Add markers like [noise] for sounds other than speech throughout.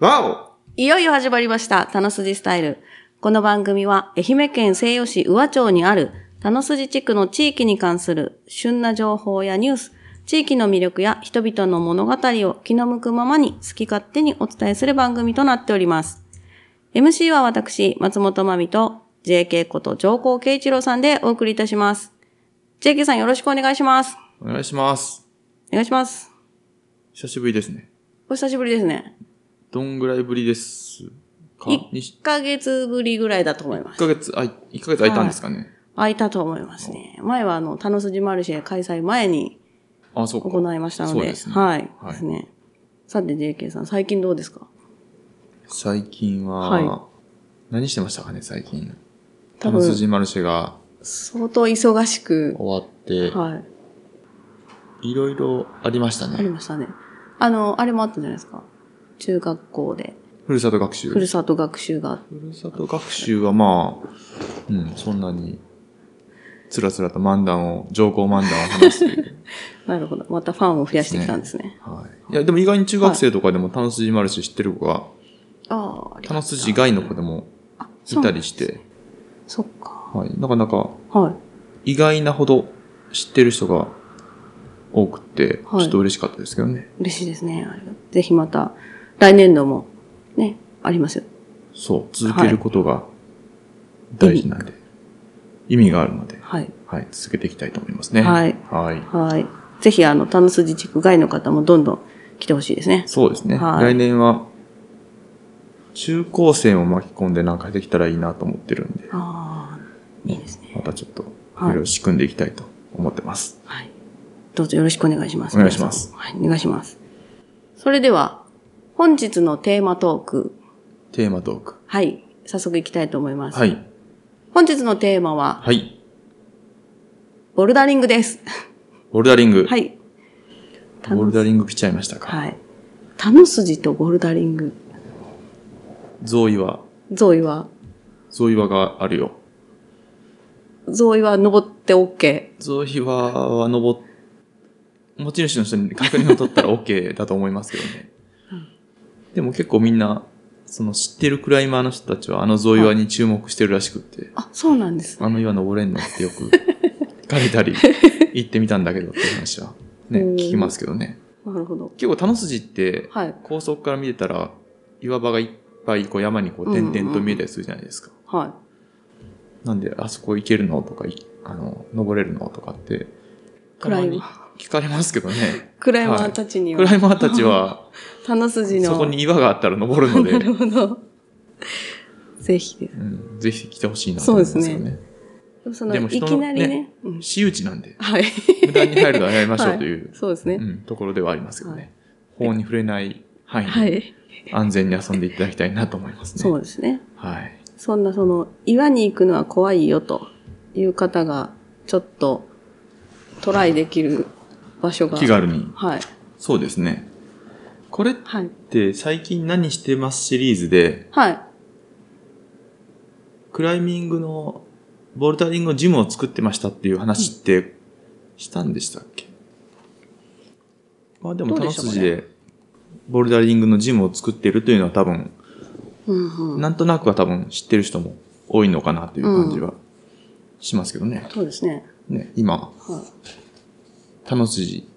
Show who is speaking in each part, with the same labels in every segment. Speaker 1: わ
Speaker 2: いよいよ始まりました、たのすじスタイル。この番組は、愛媛県西予市宇和町にある、たのすじ地区の地域に関する、旬な情報やニュース、地域の魅力や人々の物語を気の向くままに好き勝手にお伝えする番組となっております。MC は私、松本まみと、JK こと上皇慶一郎さんでお送りいたします。JK さんよろしくお願いします。
Speaker 1: おお願いします。
Speaker 2: お願いします。
Speaker 1: 久しぶりですね。
Speaker 2: お久しぶりですね。
Speaker 1: どんぐらいぶりですか
Speaker 2: い
Speaker 1: ?1
Speaker 2: 1ヶ月ぶりぐらいだと思います。
Speaker 1: ヶ月、あ、1ヶ月空いたんですかね。
Speaker 2: 空いたと思いますね。前はあの、田の筋マルシェ開催前に
Speaker 1: あ、そうか。
Speaker 2: 行いましたの
Speaker 1: そう
Speaker 2: で、
Speaker 1: ですね
Speaker 2: はい、
Speaker 1: はい
Speaker 2: ですね。さて JK さん、最近どうですか
Speaker 1: 最近は、
Speaker 2: は
Speaker 1: 何してましたかね、最近。
Speaker 2: 多
Speaker 1: 多分、
Speaker 2: 分、
Speaker 1: 筋マルシェが
Speaker 2: 相当忙しく、
Speaker 1: 終わって、
Speaker 2: はい、
Speaker 1: い、ろいろありました
Speaker 2: あり
Speaker 1: ね。
Speaker 2: ましたね。あの、あれもあったじゃないですか。中学校で、
Speaker 1: ふるさと学習。
Speaker 2: ふるさと学習があって、
Speaker 1: ふるさと学習はまあ、うん、そんなに、つらつらと漫談を、上皇漫談を話して [laughs] る。
Speaker 2: なるほど。またファンを増やしてきたんですね。
Speaker 1: はい。いや、でも意外に中学生とかでも、たのすじマルシェ知ってる子が、
Speaker 2: ああ、あり
Speaker 1: た
Speaker 2: が
Speaker 1: のすじ外の子でもいたりして、
Speaker 2: そっか。
Speaker 1: はい。なかなか、
Speaker 2: はい。
Speaker 1: 意外なほど知ってる人が多くて、
Speaker 2: はい
Speaker 1: ちょっと嬉しかったですけどね。
Speaker 2: 嬉しいですね。ありがぜひまた、来年度も、ね、ありますよ。
Speaker 1: そう、続けることが大事なんで、意味があるので、
Speaker 2: はい。
Speaker 1: はい、続けていきたいと思いますね。
Speaker 2: はい。
Speaker 1: はい。
Speaker 2: はい。ぜひ、あの、田の筋地区外の方もどんどん来てほしいですね。
Speaker 1: そうですね。
Speaker 2: は
Speaker 1: 来
Speaker 2: い
Speaker 1: 年は、中高生も巻き込んでなんかできたらいいなと思ってるんで、
Speaker 2: ああ、いいですね。
Speaker 1: またちょっと、い
Speaker 2: はい
Speaker 1: ろいろ仕組んでいきたいと思ってます。
Speaker 2: はい。どうぞよろしくお願いします。
Speaker 1: お願いします
Speaker 2: 皆さんはい、お願いします。それでは、本日のテーマトーク、
Speaker 1: テーマトーク。
Speaker 2: はい、早速いきたいと思います。
Speaker 1: はい。
Speaker 2: 本日のテーマは、
Speaker 1: はい。
Speaker 2: ボルダリングです。
Speaker 1: ボルダリング。
Speaker 2: はい。
Speaker 1: ボルダリング来ちゃいましたか。
Speaker 2: はい。タヌスジとボルダリング、
Speaker 1: ゾウイは、
Speaker 2: ゾウイは、
Speaker 1: ゾウイはがあるよ。
Speaker 2: ゾウイは登って OK。
Speaker 1: ゾウイはは登っ、持ち主の人に確認を取ったら OK だと思いますけどね。でも結構みんな、その知ってるクライマーの人たちはあのゾウイワに注目してるらしくって。
Speaker 2: あ、そうなんです。
Speaker 1: あの岩登れんのってよ
Speaker 2: [laughs]
Speaker 1: く聞かれたり、行ってみたんだけどっていう話はね、
Speaker 2: うん
Speaker 1: 聞きますけどね。
Speaker 2: なるほど。
Speaker 1: 結構、田の筋って、
Speaker 2: はい。
Speaker 1: 高速から見てたら、岩場がいっぱいこう山にこう点々と見えたりするじゃないですか。
Speaker 2: は
Speaker 1: なんで、あそこ行けるのとか、いあの、登れるのとかって、
Speaker 2: い。
Speaker 1: た
Speaker 2: ク
Speaker 1: ま
Speaker 2: ライ
Speaker 1: に
Speaker 2: マー、
Speaker 1: 聞かれますけどね。
Speaker 2: [laughs] クライマーたちに
Speaker 1: ク
Speaker 2: は、
Speaker 1: ライマーたち
Speaker 2: [laughs]
Speaker 1: は、
Speaker 2: タヌスジの、
Speaker 1: そこに岩があったら登る
Speaker 2: [laughs]
Speaker 1: の
Speaker 2: な
Speaker 1: で、
Speaker 2: るほど。 [laughs] ぜひです。
Speaker 1: うん、ぜひ来てほしいなと思いますよ
Speaker 2: そうで
Speaker 1: ね。
Speaker 2: でもその
Speaker 1: でも
Speaker 2: い
Speaker 1: 人の
Speaker 2: きなりね
Speaker 1: ね
Speaker 2: うん
Speaker 1: 私有地なんで、
Speaker 2: はい。 [laughs]
Speaker 1: 無駄に入るのはやめましょうという
Speaker 2: そうですね。
Speaker 1: うん、ところではありますよね。法に触れない範囲で、
Speaker 2: はい。
Speaker 1: 安全に遊んでいただきたいなと思いますね。
Speaker 2: そうですね。
Speaker 1: はい。
Speaker 2: そんなその、岩に行くのは怖いよという方が、ちょっとトライできる場所が。
Speaker 1: 気軽に。
Speaker 2: はい。
Speaker 1: そうですね。これっ
Speaker 2: はい。
Speaker 1: て最近何してますシリーズで、
Speaker 2: はい。
Speaker 1: クライミングのボルダリングのジムを作ってましたっていう話ってしたんでしたっけ、まあでも、
Speaker 2: どう
Speaker 1: 楽
Speaker 2: でしたかね
Speaker 1: 筋でボルダリングのジムを作っているというのは多分、
Speaker 2: うんうん。
Speaker 1: なんとなくは多分知ってる人も多いのかなという感じはしますけどね。
Speaker 2: そうですね。
Speaker 1: ね、今、
Speaker 2: はい。
Speaker 1: 田の筋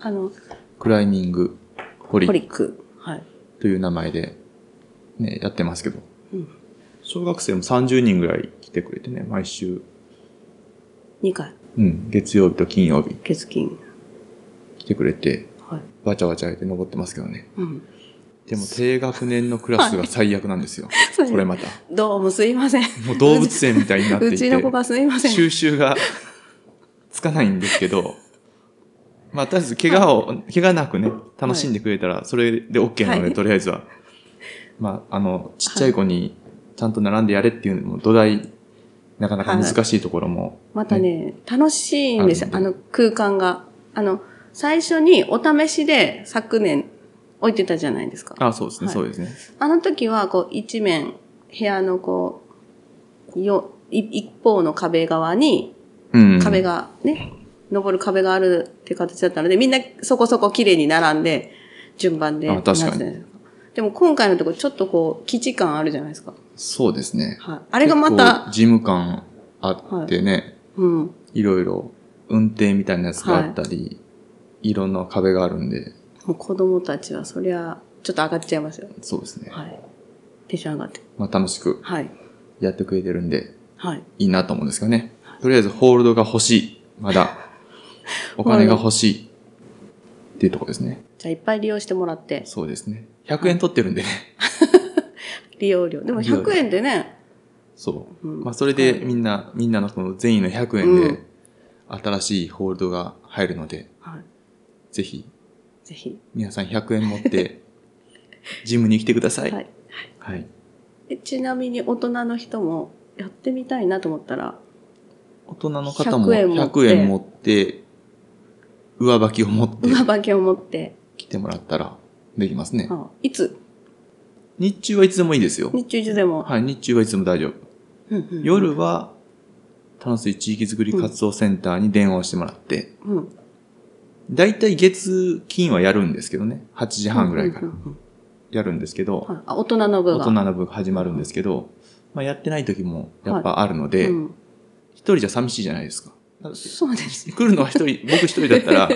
Speaker 2: あの、
Speaker 1: クライミングホリ
Speaker 2: ホリック。はい。
Speaker 1: という名前で、ね、やってますけど、
Speaker 2: うん
Speaker 1: 小学生も30人ぐらい来てくれてね、毎週、
Speaker 2: 2回。
Speaker 1: うん、月曜日と金曜日
Speaker 2: 血筋。
Speaker 1: 来てくれて、
Speaker 2: はい。
Speaker 1: わちゃわちゃやって登ってますけどね。
Speaker 2: うん。
Speaker 1: でも低学年のクラスが最悪なんですよ。
Speaker 2: そうです
Speaker 1: これまた。
Speaker 2: どうもすいません。
Speaker 1: もう動物園みたいになっていて。
Speaker 2: うちの子がすいません。
Speaker 1: 収集がつかないんですけど、まあ、とりあえず、怪我を、怪我なくね、楽しんでくれたら、それで OK なので、
Speaker 2: はい
Speaker 1: とりあえずは。まあ、あの、ちっちゃい子に、ちゃんと並んでやれっていうのも、土台、なかなか難しいところも。
Speaker 2: またね、楽しいんですよ、
Speaker 1: あ
Speaker 2: あの空間が。あの、最初にお試しで昨年置いてたじゃないですか。あ
Speaker 1: あ、そうですね、
Speaker 2: はい
Speaker 1: そうですね。
Speaker 2: の時は、こう、一面、部屋のこう、よ、い一方の壁側に、
Speaker 1: うん。
Speaker 2: 壁。がね、登る壁があるって形だったので、みんなそこそこ綺麗に並んで、順番で。
Speaker 1: あ確かに
Speaker 2: なんていうんですでも今回のとこちょっとこう、基地感あるじゃないですか。
Speaker 1: そうですね。
Speaker 2: はい。あれがま
Speaker 1: 結構
Speaker 2: た、
Speaker 1: 事務官あってね、
Speaker 2: うん。
Speaker 1: い、ろいろ運転みたいなやつがあったり、い、ろんな壁があるんで、
Speaker 2: もう子供たちはそりゃ、ちょっと上がっちゃいますよ。
Speaker 1: そうですね。
Speaker 2: はい。テンション上がって。
Speaker 1: まあ楽しく
Speaker 2: はい。
Speaker 1: やってくれてるんで、
Speaker 2: はい。
Speaker 1: いいなと思うんですけどね。とりあえずホールドが欲しい。ま [laughs] だ。お金が欲しい。っていうところですね。
Speaker 2: じゃあいっぱい利用してもらって、
Speaker 1: そうですね。100円取ってるんでね。
Speaker 2: 利用料。でも
Speaker 1: 利用料
Speaker 2: 100円でね、
Speaker 1: そう。
Speaker 2: うん
Speaker 1: まあ、それでみんな、みんなのこの善意の100円
Speaker 2: う
Speaker 1: で
Speaker 2: ん、
Speaker 1: 新しいホールドが入るので、
Speaker 2: はい。
Speaker 1: ぜひ、
Speaker 2: ぜひ。
Speaker 1: 皆さん100円持って、ジムに来てください。
Speaker 2: は
Speaker 1: はいい。
Speaker 2: えちなみに大人の人もやってみたいなと思ったら、
Speaker 1: 大人の方も
Speaker 2: 100円持って
Speaker 1: 100円持って、上履きを持って
Speaker 2: 上履きを持って、
Speaker 1: 来てもらったらできますね。
Speaker 2: あいつ
Speaker 1: 日中はいつでもいいですよ。
Speaker 2: 日中中でも、
Speaker 1: はい、日中はいつでも大丈夫。
Speaker 2: うんうん
Speaker 1: 夜は、楽しい地域づくり活動センターに電話をしてもらって、
Speaker 2: うん、
Speaker 1: だいたい月、金はやるんですけどね。8時半ぐらいから
Speaker 2: うんうんうん
Speaker 1: やるんですけど、
Speaker 2: はいあ大人の部
Speaker 1: 大
Speaker 2: が
Speaker 1: 人の部始まるんですけど、まあ、やってない時もやっぱあるので、一、
Speaker 2: うん
Speaker 1: 人じゃ寂しいじゃないですか。
Speaker 2: そうです
Speaker 1: 来るのは一
Speaker 2: [laughs]
Speaker 1: 人、僕一人だったら、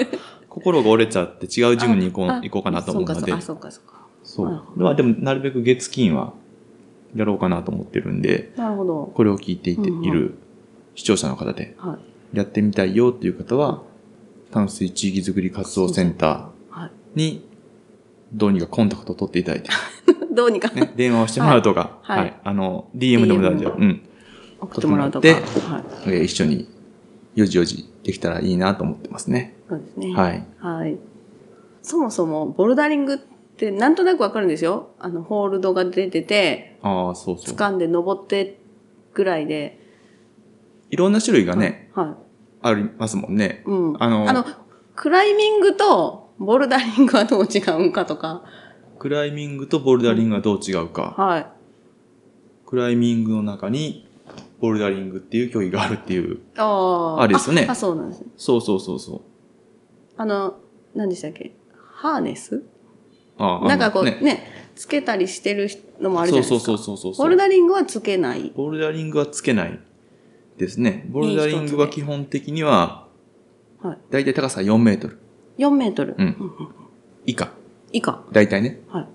Speaker 1: 心が折れちゃって違うジムに行こう
Speaker 2: あ
Speaker 1: 行こうかなと思うので、
Speaker 2: あそうかそうかあ
Speaker 1: そ
Speaker 2: なる
Speaker 1: う。
Speaker 2: ほ
Speaker 1: まあでも、なるべく月金はやろうかなと思ってるんで
Speaker 2: そう、かなるほど
Speaker 1: これを聞いていて
Speaker 2: うんうん
Speaker 1: いる視聴者の方で、
Speaker 2: はい
Speaker 1: やってみたいよっていう方は、淡水地域づくり活動センタ
Speaker 2: は
Speaker 1: ー
Speaker 2: い
Speaker 1: に、どうにかコンタクトを取っていただいて、
Speaker 2: どうにか、 [laughs]
Speaker 1: ね、電話をしてもらうとか、は
Speaker 2: は
Speaker 1: いい、
Speaker 2: はい
Speaker 1: あの、DM でも大丈夫。うん。
Speaker 2: 送ってもらうとか
Speaker 1: で
Speaker 2: はい
Speaker 1: えー一緒に、よじよじできたらいいなと思ってますね。
Speaker 2: そうですね
Speaker 1: はい。
Speaker 2: はいそもそもボルダリングってなんとなくわかるんですよあのホールドが出てて
Speaker 1: ああ、そうそう。
Speaker 2: 掴んで登ってぐらいで
Speaker 1: いろんな種類がね、
Speaker 2: はい、はい
Speaker 1: ありますもんね。
Speaker 2: うん、
Speaker 1: あの
Speaker 2: あのクライミングとボルダリングはどう違うんかとか
Speaker 1: クライミングとボルダリングはどう違うか。
Speaker 2: はい
Speaker 1: クライミングの中に、ボルダリングっていう競技があるっていう。
Speaker 2: ああ
Speaker 1: あれですよね
Speaker 2: ああそうなんです
Speaker 1: そうそうそうそう。
Speaker 2: あの、何でしたっけハーネス
Speaker 1: ああ
Speaker 2: なんかこうね
Speaker 1: ね
Speaker 2: つけたりしてるのもあるじゃないですか。
Speaker 1: そうそうそうそうそう
Speaker 2: ボルダリングはつけない。
Speaker 1: ボルダリングはつけないですね。ボルダリングは基本的には
Speaker 2: はい、
Speaker 1: だいたい高さ4メートル
Speaker 2: 4メートル。
Speaker 1: うん
Speaker 2: うん
Speaker 1: 以下。
Speaker 2: 以下。
Speaker 1: だいたいね。
Speaker 2: はい。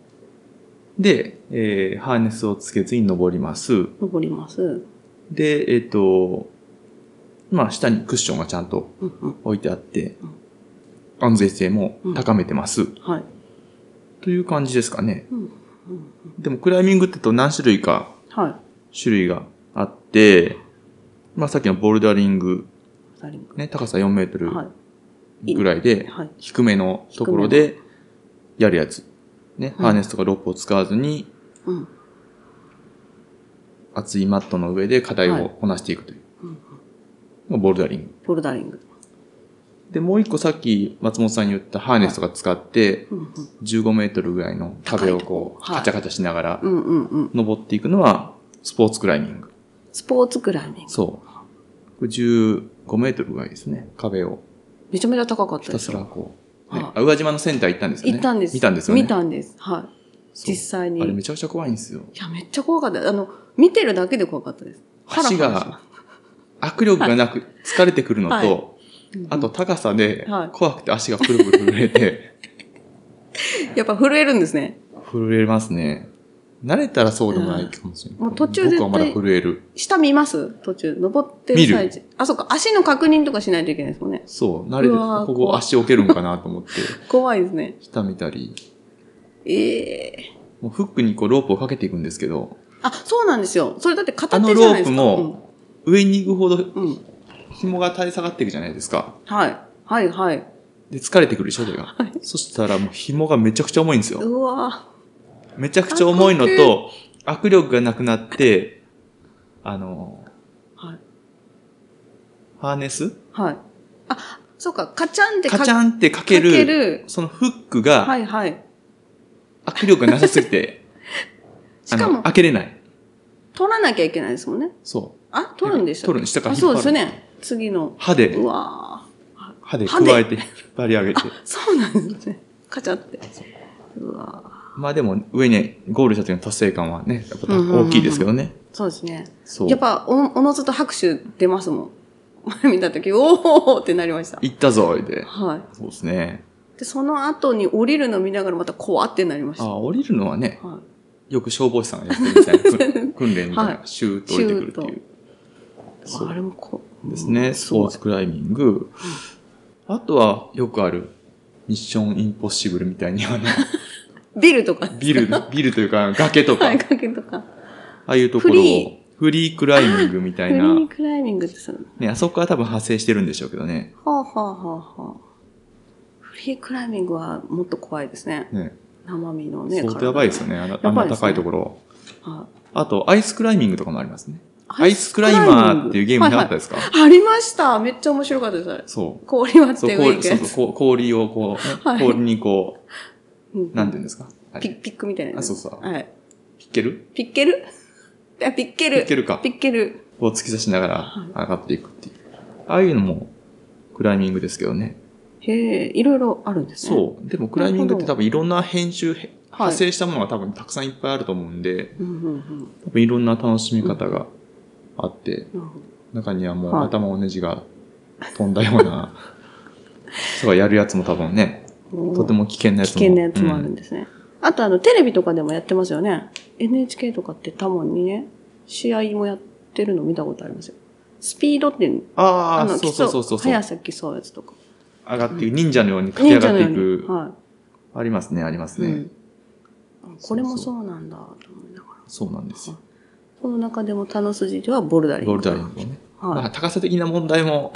Speaker 1: で、えーハーネスをつけずに登ります。
Speaker 2: 登ります。うん
Speaker 1: で、えっ、と、まあ、下にクッションがちゃんと
Speaker 2: うん。
Speaker 1: 置いてあって
Speaker 2: うん、
Speaker 1: 安全性も高めてます。
Speaker 2: はい。
Speaker 1: という感じですかね。
Speaker 2: うんうん
Speaker 1: でも、クライミングってと何種類か
Speaker 2: はい。
Speaker 1: 種類があって、まあ、さっきのボルダリング、
Speaker 2: ボルダリング。
Speaker 1: ね、高さ4メートル
Speaker 2: はい。
Speaker 1: ぐらいで、
Speaker 2: はい。
Speaker 1: 低めのところでやるやつ。ね、
Speaker 2: うん
Speaker 1: ハーネスとかロープを使わずに、
Speaker 2: うん。
Speaker 1: 厚いマットの上で課題
Speaker 2: は
Speaker 1: を
Speaker 2: い
Speaker 1: こなしていくという。
Speaker 2: うん
Speaker 1: まあボルダリング。
Speaker 2: ボルダリング。
Speaker 1: で、もう一個さっき松本さんに言ったハーネスとか使って、
Speaker 2: うんうん
Speaker 1: 15メートルぐらいの壁をこう、
Speaker 2: 高いとこはい
Speaker 1: カチャカチャしながら
Speaker 2: うんうんうん。
Speaker 1: 登っていくのは、スポーツクライミング。
Speaker 2: スポーツクライミング。
Speaker 1: そう。これ15メートルぐらいですね。壁を
Speaker 2: めちゃめちゃ高かった
Speaker 1: ひ
Speaker 2: で
Speaker 1: た
Speaker 2: す
Speaker 1: す
Speaker 2: よ。
Speaker 1: らこう、ね
Speaker 2: はい
Speaker 1: あ宇和島のセンター行ったんですよね。
Speaker 2: 行ったんです。
Speaker 1: 見たんですよね。
Speaker 2: 見たんです。はい。
Speaker 1: そう
Speaker 2: 実際に。
Speaker 1: あれめ
Speaker 2: い
Speaker 1: ちゃくちゃ怖いんですよ。
Speaker 2: や、めっちゃ怖かった。あの、見てるだけで怖かったです。
Speaker 1: 足
Speaker 2: ハラハラしま
Speaker 1: が握力がなく疲れてくるのと、
Speaker 2: はいうんうん
Speaker 1: あと高さで
Speaker 2: はい
Speaker 1: 怖くて足がプルプル震えて、 [laughs]
Speaker 2: やっぱ震えるんですね。
Speaker 1: 震えますね。慣れたらそうでもないかもしれない。
Speaker 2: うんもう途中絶対
Speaker 1: 僕はまだ震える。
Speaker 2: 下見ます途中。登って
Speaker 1: 見
Speaker 2: る
Speaker 1: る
Speaker 2: 最中。あ、そうか。足の確認とかしないといけないですもんね。
Speaker 1: そう、慣れて
Speaker 2: うわ
Speaker 1: る、
Speaker 2: ー
Speaker 1: ここ足置けるんかなと思って、
Speaker 2: 怖いですね。
Speaker 1: 下見たり、
Speaker 2: ええ
Speaker 1: もうフックにこうロープをかけていくんですけど、
Speaker 2: あ、そうなんですよ。それだって片
Speaker 1: あの
Speaker 2: 手じゃ
Speaker 1: ロ
Speaker 2: ない
Speaker 1: ー
Speaker 2: です
Speaker 1: プ
Speaker 2: か。
Speaker 1: も上に行くほど
Speaker 2: うん。うん。
Speaker 1: 紐が垂れ下がっていくじゃないですか。
Speaker 2: はい。はい、はい。
Speaker 1: で、疲れてくるでしょ、それが。そしたらもう紐がめちゃくちゃ重いんですよ。
Speaker 2: うわ
Speaker 1: めちゃくちゃ重いのと、握力がなくなって、あの、
Speaker 2: ぁはい。
Speaker 1: ハーネス
Speaker 2: はい。あ、そうか。カチャンって
Speaker 1: カチ
Speaker 2: ン
Speaker 1: ャンってかける、
Speaker 2: かける
Speaker 1: そのフック
Speaker 2: は
Speaker 1: が
Speaker 2: い、はい。
Speaker 1: 握力がなさすぎて、
Speaker 2: [laughs] しか
Speaker 1: あの
Speaker 2: も、
Speaker 1: 開けれない。
Speaker 2: 取らなきゃいけないですもんね。
Speaker 1: そう。
Speaker 2: あ、取るんでしたっけ
Speaker 1: 取るんでしたか
Speaker 2: あ、
Speaker 1: 引っ張
Speaker 2: そう
Speaker 1: る
Speaker 2: ですよね。次の。
Speaker 1: 歯
Speaker 2: う
Speaker 1: で、
Speaker 2: わぁ
Speaker 1: 歯で
Speaker 2: 歯で [laughs]
Speaker 1: 加えて引っ張り上げて。
Speaker 2: そうなんですね。カチャって。うわ
Speaker 1: まあでも、上にゴールした時の達成感はね、やっぱ
Speaker 2: うんうんうんうん
Speaker 1: 大きいですけどね。
Speaker 2: そうですね。
Speaker 1: そう。
Speaker 2: やっぱ、お、おのずと拍手出ますもん。前見たとき、おーってなりました。
Speaker 1: 行ったぞ、言うて。
Speaker 2: は
Speaker 1: そうですね。
Speaker 2: い。で、その後に降りるの見ながらまた怖ってなりました。
Speaker 1: あ
Speaker 2: は
Speaker 1: あ、降りるのはね、
Speaker 2: い。
Speaker 1: よく消防士さんがやってるみたいな訓 [laughs] 訓練みたい
Speaker 2: は
Speaker 1: な、シューッと降りてくるって
Speaker 2: シュ
Speaker 1: い
Speaker 2: ー
Speaker 1: う。そう
Speaker 2: あれもこう。
Speaker 1: ですね。スポーツクライミング。あとは、よくある、ミッションインポッシブルみたいに、あの、 [laughs]
Speaker 2: ビルとか。
Speaker 1: ビル、ビルというか、崖とか、
Speaker 2: [laughs] はい、
Speaker 1: あ
Speaker 2: 崖とか。
Speaker 1: あいうところ
Speaker 2: フリ
Speaker 1: を、フリークライミングみた
Speaker 2: フ
Speaker 1: い
Speaker 2: リ
Speaker 1: な、
Speaker 2: ークライミングってその。
Speaker 1: ね、あそこは多分派生してるんでしょうけどね。
Speaker 2: はあ、はあはあはあ、フリークライミングはもっと怖いですね。
Speaker 1: ね。
Speaker 2: 生身のね。
Speaker 1: 相当やばいですよ
Speaker 2: ね。
Speaker 1: ね。あの
Speaker 2: や
Speaker 1: あん
Speaker 2: ばい
Speaker 1: な
Speaker 2: ですね
Speaker 1: 高いところ。
Speaker 2: は
Speaker 1: あと、アイスクライミングとかもありますね。
Speaker 2: い
Speaker 1: アイスクライマーっていうゲームなかった
Speaker 2: はい
Speaker 1: ですか、
Speaker 2: はいありましためっちゃ面白かったです、あれ。
Speaker 1: そう。
Speaker 2: 氷割っ
Speaker 1: そう
Speaker 2: て上
Speaker 1: 氷
Speaker 2: 行く
Speaker 1: そ
Speaker 2: や
Speaker 1: う
Speaker 2: つ。
Speaker 1: そうこう氷をこうね、
Speaker 2: はい
Speaker 1: 氷にこ
Speaker 2: うん
Speaker 1: う、なんていうんですか、あ
Speaker 2: ピ
Speaker 1: れ
Speaker 2: ッピックみたいなやつ。
Speaker 1: あそうそう
Speaker 2: はい。
Speaker 1: 引ける
Speaker 2: ピッケルあ、ピッケル。
Speaker 1: 引けるか
Speaker 2: ピ。ッケル。
Speaker 1: を突き刺しながら
Speaker 2: はい
Speaker 1: 上がっていくっていう。ああいうのも、クライミングですけどね。
Speaker 2: へえ、いろいろあるんですね。
Speaker 1: そう。でも、クライミングって多分いろんな編集、へ
Speaker 2: はい
Speaker 1: 派生したものが多分たくさんいっぱいあると思うんで、
Speaker 2: うんうんうん。
Speaker 1: 多分いろんな楽しみ方があって、
Speaker 2: なるほど。
Speaker 1: 中にはも
Speaker 2: は
Speaker 1: う
Speaker 2: い
Speaker 1: 頭おネジが飛んだよう
Speaker 2: [laughs]
Speaker 1: な人がやるやつも多分ね、とても危険なや
Speaker 2: 危
Speaker 1: つも。
Speaker 2: 険なやつもあるん
Speaker 1: で、
Speaker 2: ですね。あとあの、テレビとかでもやってますよね。NHK とかって多モンにね、試合もやってるの見たことありますよ。スピードっていうの、
Speaker 1: ああ、
Speaker 2: の、
Speaker 1: そうそうそうそうそう。
Speaker 2: 速
Speaker 1: 上
Speaker 2: さ競うやつとか。
Speaker 1: がっていく、忍者のように駆け上がっていく
Speaker 2: 忍者。のようには
Speaker 1: ありますね、あります
Speaker 2: い。
Speaker 1: ね。
Speaker 2: うんあこれもそうなんだ、と思いながら。
Speaker 1: そうなんですよ。
Speaker 2: この中でも、タノスジではボルダリング。
Speaker 1: ボルダリングもね。だか
Speaker 2: は
Speaker 1: ら高さ的な問題も、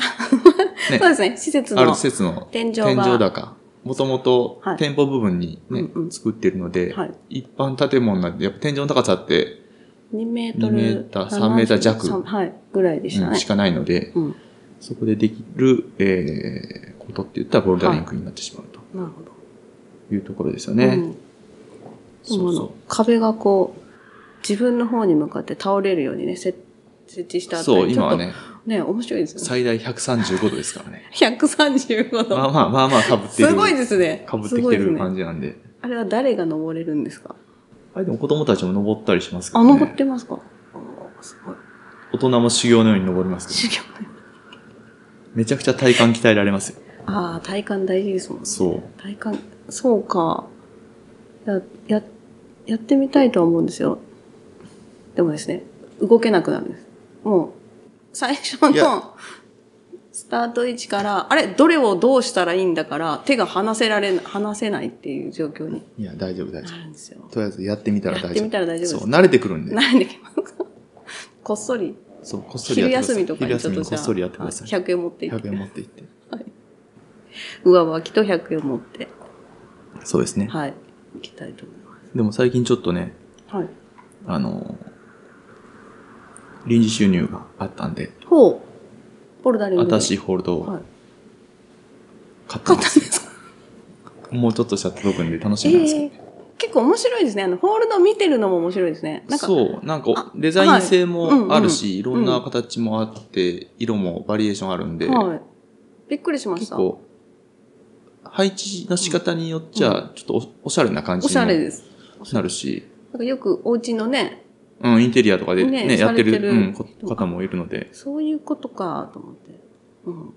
Speaker 2: い。
Speaker 1: ね
Speaker 2: そうですね、施設
Speaker 1: ある
Speaker 2: の
Speaker 1: 施。設の
Speaker 2: 天井が
Speaker 1: 天井高。もともと
Speaker 2: はい
Speaker 1: 店舗部分にね、
Speaker 2: うんうん
Speaker 1: 作ってるので、
Speaker 2: はい
Speaker 1: 一般建物なんで、やっぱ天井の高さって、
Speaker 2: 2メート
Speaker 1: 2
Speaker 2: ル。
Speaker 1: メーター3メーター弱
Speaker 2: さんはい。ぐらいでした
Speaker 1: うん
Speaker 2: ね
Speaker 1: し。かないので、
Speaker 2: うん。
Speaker 1: そこでできる、えーことって言ったらボルダリングになってしまうと
Speaker 2: なるほど。
Speaker 1: いうところですよ
Speaker 2: う
Speaker 1: ね。
Speaker 2: んで
Speaker 1: そう
Speaker 2: もあ
Speaker 1: そ
Speaker 2: の
Speaker 1: う。
Speaker 2: 壁がこう、自分の方に向かって倒れるようにね、設設置してあったり
Speaker 1: そう、今は。ね、
Speaker 2: ちょっとね、面白いですよね。。
Speaker 1: 最大135度ですからね
Speaker 2: 135
Speaker 1: ま
Speaker 2: 度。
Speaker 1: あまあまあまあ、かぶってる。
Speaker 2: すごいですね。
Speaker 1: かぶってきて
Speaker 2: すごい
Speaker 1: る
Speaker 2: ですね
Speaker 1: 感じなんで。
Speaker 2: あれは誰が登れるんですか
Speaker 1: あれでも子供たちも登ったりしますけ
Speaker 2: あ、
Speaker 1: どね。
Speaker 2: 登ってますかおーすごい。
Speaker 1: 大人も修行のように登りますけ
Speaker 2: 修行
Speaker 1: ど。めちゃくちゃ体幹鍛えられますよ。
Speaker 2: ああ、体幹大事ですもんね。
Speaker 1: そう。
Speaker 2: 体幹、そうか。や、や、やってみたいとは思うんですよ。でもですね、動けなくなるんです。もう、最初
Speaker 1: いや
Speaker 2: の、スタート位置から、あれ、どれをどうしたらいいんだから、手が離せられな、離せないっていう状況に
Speaker 1: いや、大丈夫、大丈
Speaker 2: なるんですよ
Speaker 1: 夫。。とりあえずやってみたら大丈夫。
Speaker 2: やってみたら大丈夫です
Speaker 1: そう、慣れてくるんで。
Speaker 2: なんできますかこっそり、
Speaker 1: そう、こっそりやってく
Speaker 2: 昼
Speaker 1: ださ
Speaker 2: 休
Speaker 1: い。
Speaker 2: みとかにちょっと
Speaker 1: 昼休み
Speaker 2: じ
Speaker 1: こ
Speaker 2: ゃ
Speaker 1: っ
Speaker 2: あ、
Speaker 1: そりやってください。
Speaker 2: 100円持っていっ
Speaker 1: 100
Speaker 2: て、
Speaker 1: 円持って行って。
Speaker 2: 上履きと100円持って、
Speaker 1: そうですね。
Speaker 2: はい、行きたいと思いま
Speaker 1: でも最近ちょっとね、
Speaker 2: す。はい。
Speaker 1: あの、臨時収入があったんで、
Speaker 2: ほう。ボルダリングで。
Speaker 1: 新しいホールド
Speaker 2: は
Speaker 1: を
Speaker 2: い。
Speaker 1: 買った
Speaker 2: 買
Speaker 1: ん
Speaker 2: ったん
Speaker 1: で。
Speaker 2: ですすか
Speaker 1: もうちょっとしたら届くんで楽しみなんですけ
Speaker 2: え
Speaker 1: ど。
Speaker 2: え結構面白いですね。あの、ホールド見てるのも面白いですね。なんか、
Speaker 1: そう、なん
Speaker 2: あ
Speaker 1: かデザイン性もあるし、い
Speaker 2: んうん
Speaker 1: ろんな形もあって、色もバリエーションあるんで、
Speaker 2: はい。びっくりしまし
Speaker 1: 結
Speaker 2: た。
Speaker 1: 構、配置の仕方によっち
Speaker 2: う
Speaker 1: ゃ、ちょっとおおしゃれな感
Speaker 2: お
Speaker 1: じ
Speaker 2: しゃれ
Speaker 1: に
Speaker 2: です。
Speaker 1: なるし、
Speaker 2: なんかよくお家のね、
Speaker 1: うん、インテリアとかで
Speaker 2: ね
Speaker 1: ね、やってる
Speaker 2: されてる
Speaker 1: うんこ方もいるので、
Speaker 2: そういうことかと思って。うん。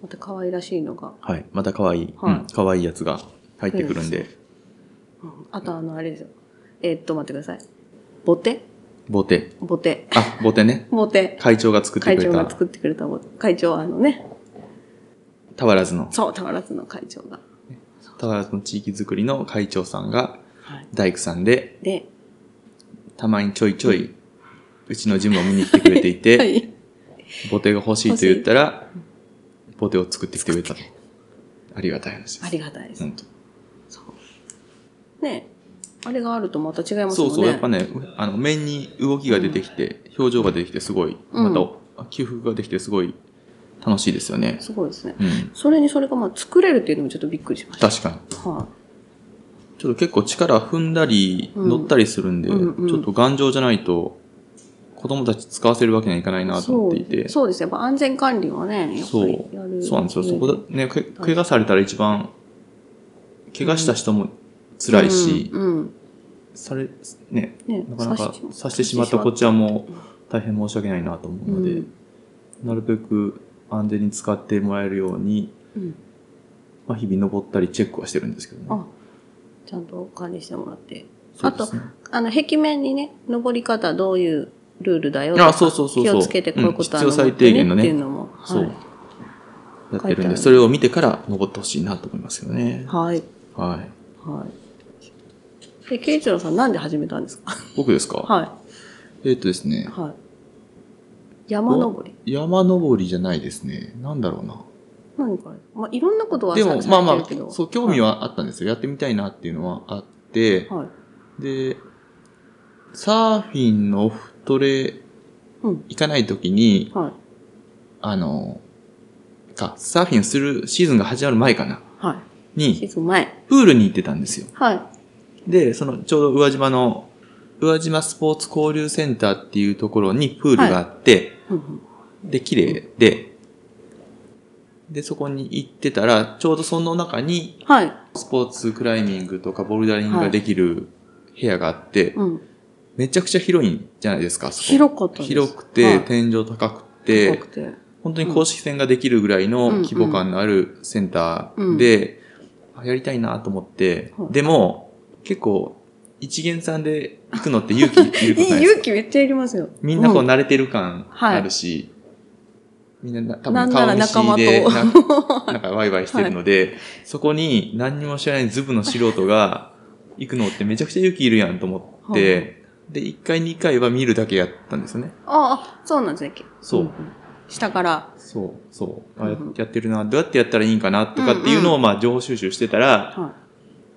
Speaker 2: また可愛らしいのが。
Speaker 1: はい。また可愛い、
Speaker 2: はい
Speaker 1: うん、可愛いやつが入ってくるんで、
Speaker 2: うん、あとあの、あれですよ。えーっと、待ってください。ボテ
Speaker 1: ボテ。
Speaker 2: ボテ。
Speaker 1: あ、ボテね。
Speaker 2: ボテ。
Speaker 1: 会長が作って
Speaker 2: 会
Speaker 1: くれ
Speaker 2: 長
Speaker 1: た
Speaker 2: が、作ってくれたボテ。会長、あのね、
Speaker 1: 田原津の、
Speaker 2: そう、宝津の会長が。
Speaker 1: 田原津の地域づくりの会長さんが、
Speaker 2: はい。
Speaker 1: 大工さんで、
Speaker 2: で、
Speaker 1: たまにちょいちょい、うちのジムを見に来てくれていて、
Speaker 2: [laughs] はい。
Speaker 1: ボテが欲しいと言ったら、ボテを作ってきてくれたと。ありがたい話です。
Speaker 2: ありがたいです。
Speaker 1: 本当
Speaker 2: そう。ねあれがあるとまた違いますも
Speaker 1: そうそ
Speaker 2: んね。
Speaker 1: う、やっぱね、あの、面に動きが出てきて、表情が出てきて、すごい、
Speaker 2: うん
Speaker 1: また、起伏ができて、すごい、楽しいですよね。
Speaker 2: すごいですね。
Speaker 1: うん。
Speaker 2: それにそれがまあ作れるっていうのもちょっとびっくりしました。
Speaker 1: 確かに。
Speaker 2: は
Speaker 1: ちょっと結構力踏んだり、
Speaker 2: うん
Speaker 1: 乗ったりするんで、
Speaker 2: うんうん
Speaker 1: ちょっと頑丈じゃないと、子供たち使わせるわけにはいかない
Speaker 2: い。
Speaker 1: なと思っていて。
Speaker 2: そうそうですね。やっぱ安全管理はね、やっぱ
Speaker 1: そう
Speaker 2: りやる。
Speaker 1: そうなんですよ。そこで、ね、け怪我されたら一番、怪我した人も辛いし、
Speaker 2: うんうん
Speaker 1: され、ね、
Speaker 2: ね
Speaker 1: なかなか
Speaker 2: 刺し
Speaker 1: さしてしまったこっちはもう大変申し訳ないなと思うので、
Speaker 2: うん
Speaker 1: なるべく安全に使ってもらえるように、
Speaker 2: うん
Speaker 1: まあ、日々登ったりチェックはしてるんですけどね。
Speaker 2: あちゃんと管理してもらって
Speaker 1: そうですね
Speaker 2: あの壁面にね登り方どういうルールだよと
Speaker 1: あ
Speaker 2: か
Speaker 1: そうそうそうそう
Speaker 2: 気をつけてこういうことは
Speaker 1: うん必要最低限のね
Speaker 2: っていうのも
Speaker 1: そう。
Speaker 2: はい
Speaker 1: やって
Speaker 2: 書い
Speaker 1: る
Speaker 2: て
Speaker 1: ん
Speaker 2: ある
Speaker 1: で、それを見てから登ってほしいなと思いますけどね。
Speaker 2: はい
Speaker 1: はい。
Speaker 2: はい。で、慶一郎さんなんで始めたんですか
Speaker 1: 僕ですか、
Speaker 2: は
Speaker 1: えっ、とですね
Speaker 2: い。。はい。山登り。
Speaker 1: 山登りじゃないですね。なんだろうな。
Speaker 2: 何これまあ、いろんなことは
Speaker 1: で
Speaker 2: さ
Speaker 1: も、
Speaker 2: さ
Speaker 1: まあま
Speaker 2: れてるけど
Speaker 1: あ、そう、興味はあったんですよ。やってみたいなっていうのはあって、
Speaker 2: はい。
Speaker 1: で、サーフィンのオフトレ
Speaker 2: うん。
Speaker 1: 行かないときに、
Speaker 2: はい。
Speaker 1: あの、か、サーフィンするシーズンが始まる前かな、
Speaker 2: は
Speaker 1: に
Speaker 2: い。、シーズン前。
Speaker 1: プールに行ってたんですよ。
Speaker 2: はい。
Speaker 1: で、その、ちょうど宇和島の、宇和島スポーツ交流センターっていうところにプールがあって、
Speaker 2: うんうん
Speaker 1: で、綺麗で、で、そこに行ってたら、ちょうどその中に、
Speaker 2: はい。
Speaker 1: スポーツクライミングとかボルダリングができる部屋があって、
Speaker 2: うん。
Speaker 1: めちゃくちゃ広いんじゃないですか、そこ
Speaker 2: 広かったです。
Speaker 1: 広くて、
Speaker 2: はい
Speaker 1: 天井高くて、
Speaker 2: 広くて。
Speaker 1: 本当に公式戦ができるぐらいの規模感のあるセンターで、あやりたいなと思って、
Speaker 2: はい
Speaker 1: でも、結構、一元さんで行くのって勇気いる
Speaker 2: い
Speaker 1: こ
Speaker 2: [laughs] い
Speaker 1: とないです
Speaker 2: 勇
Speaker 1: か
Speaker 2: 気めっちゃいりますよ。
Speaker 1: みんなこう
Speaker 2: う
Speaker 1: 慣れてる感
Speaker 2: はい
Speaker 1: あるし、みんなな多
Speaker 2: な
Speaker 1: 分
Speaker 2: んな
Speaker 1: 顔
Speaker 2: ら
Speaker 1: 見知りで、な
Speaker 2: 仲
Speaker 1: ん
Speaker 2: [laughs]
Speaker 1: かワイワイしてるので、そこに何にも知らないズブの素人が行くのってめちゃくちゃ勇気いるやんと思っ
Speaker 2: は
Speaker 1: て、で、1回2回は見るだけやったんですよね。
Speaker 2: ああ、そうなんですね。
Speaker 1: そうん
Speaker 2: ん。下から。
Speaker 1: そう、そう。あや
Speaker 2: うんうん
Speaker 1: やってるな、どうやってやったらいいんかなとかっていうのを、まあ、情報収集してたら、
Speaker 2: は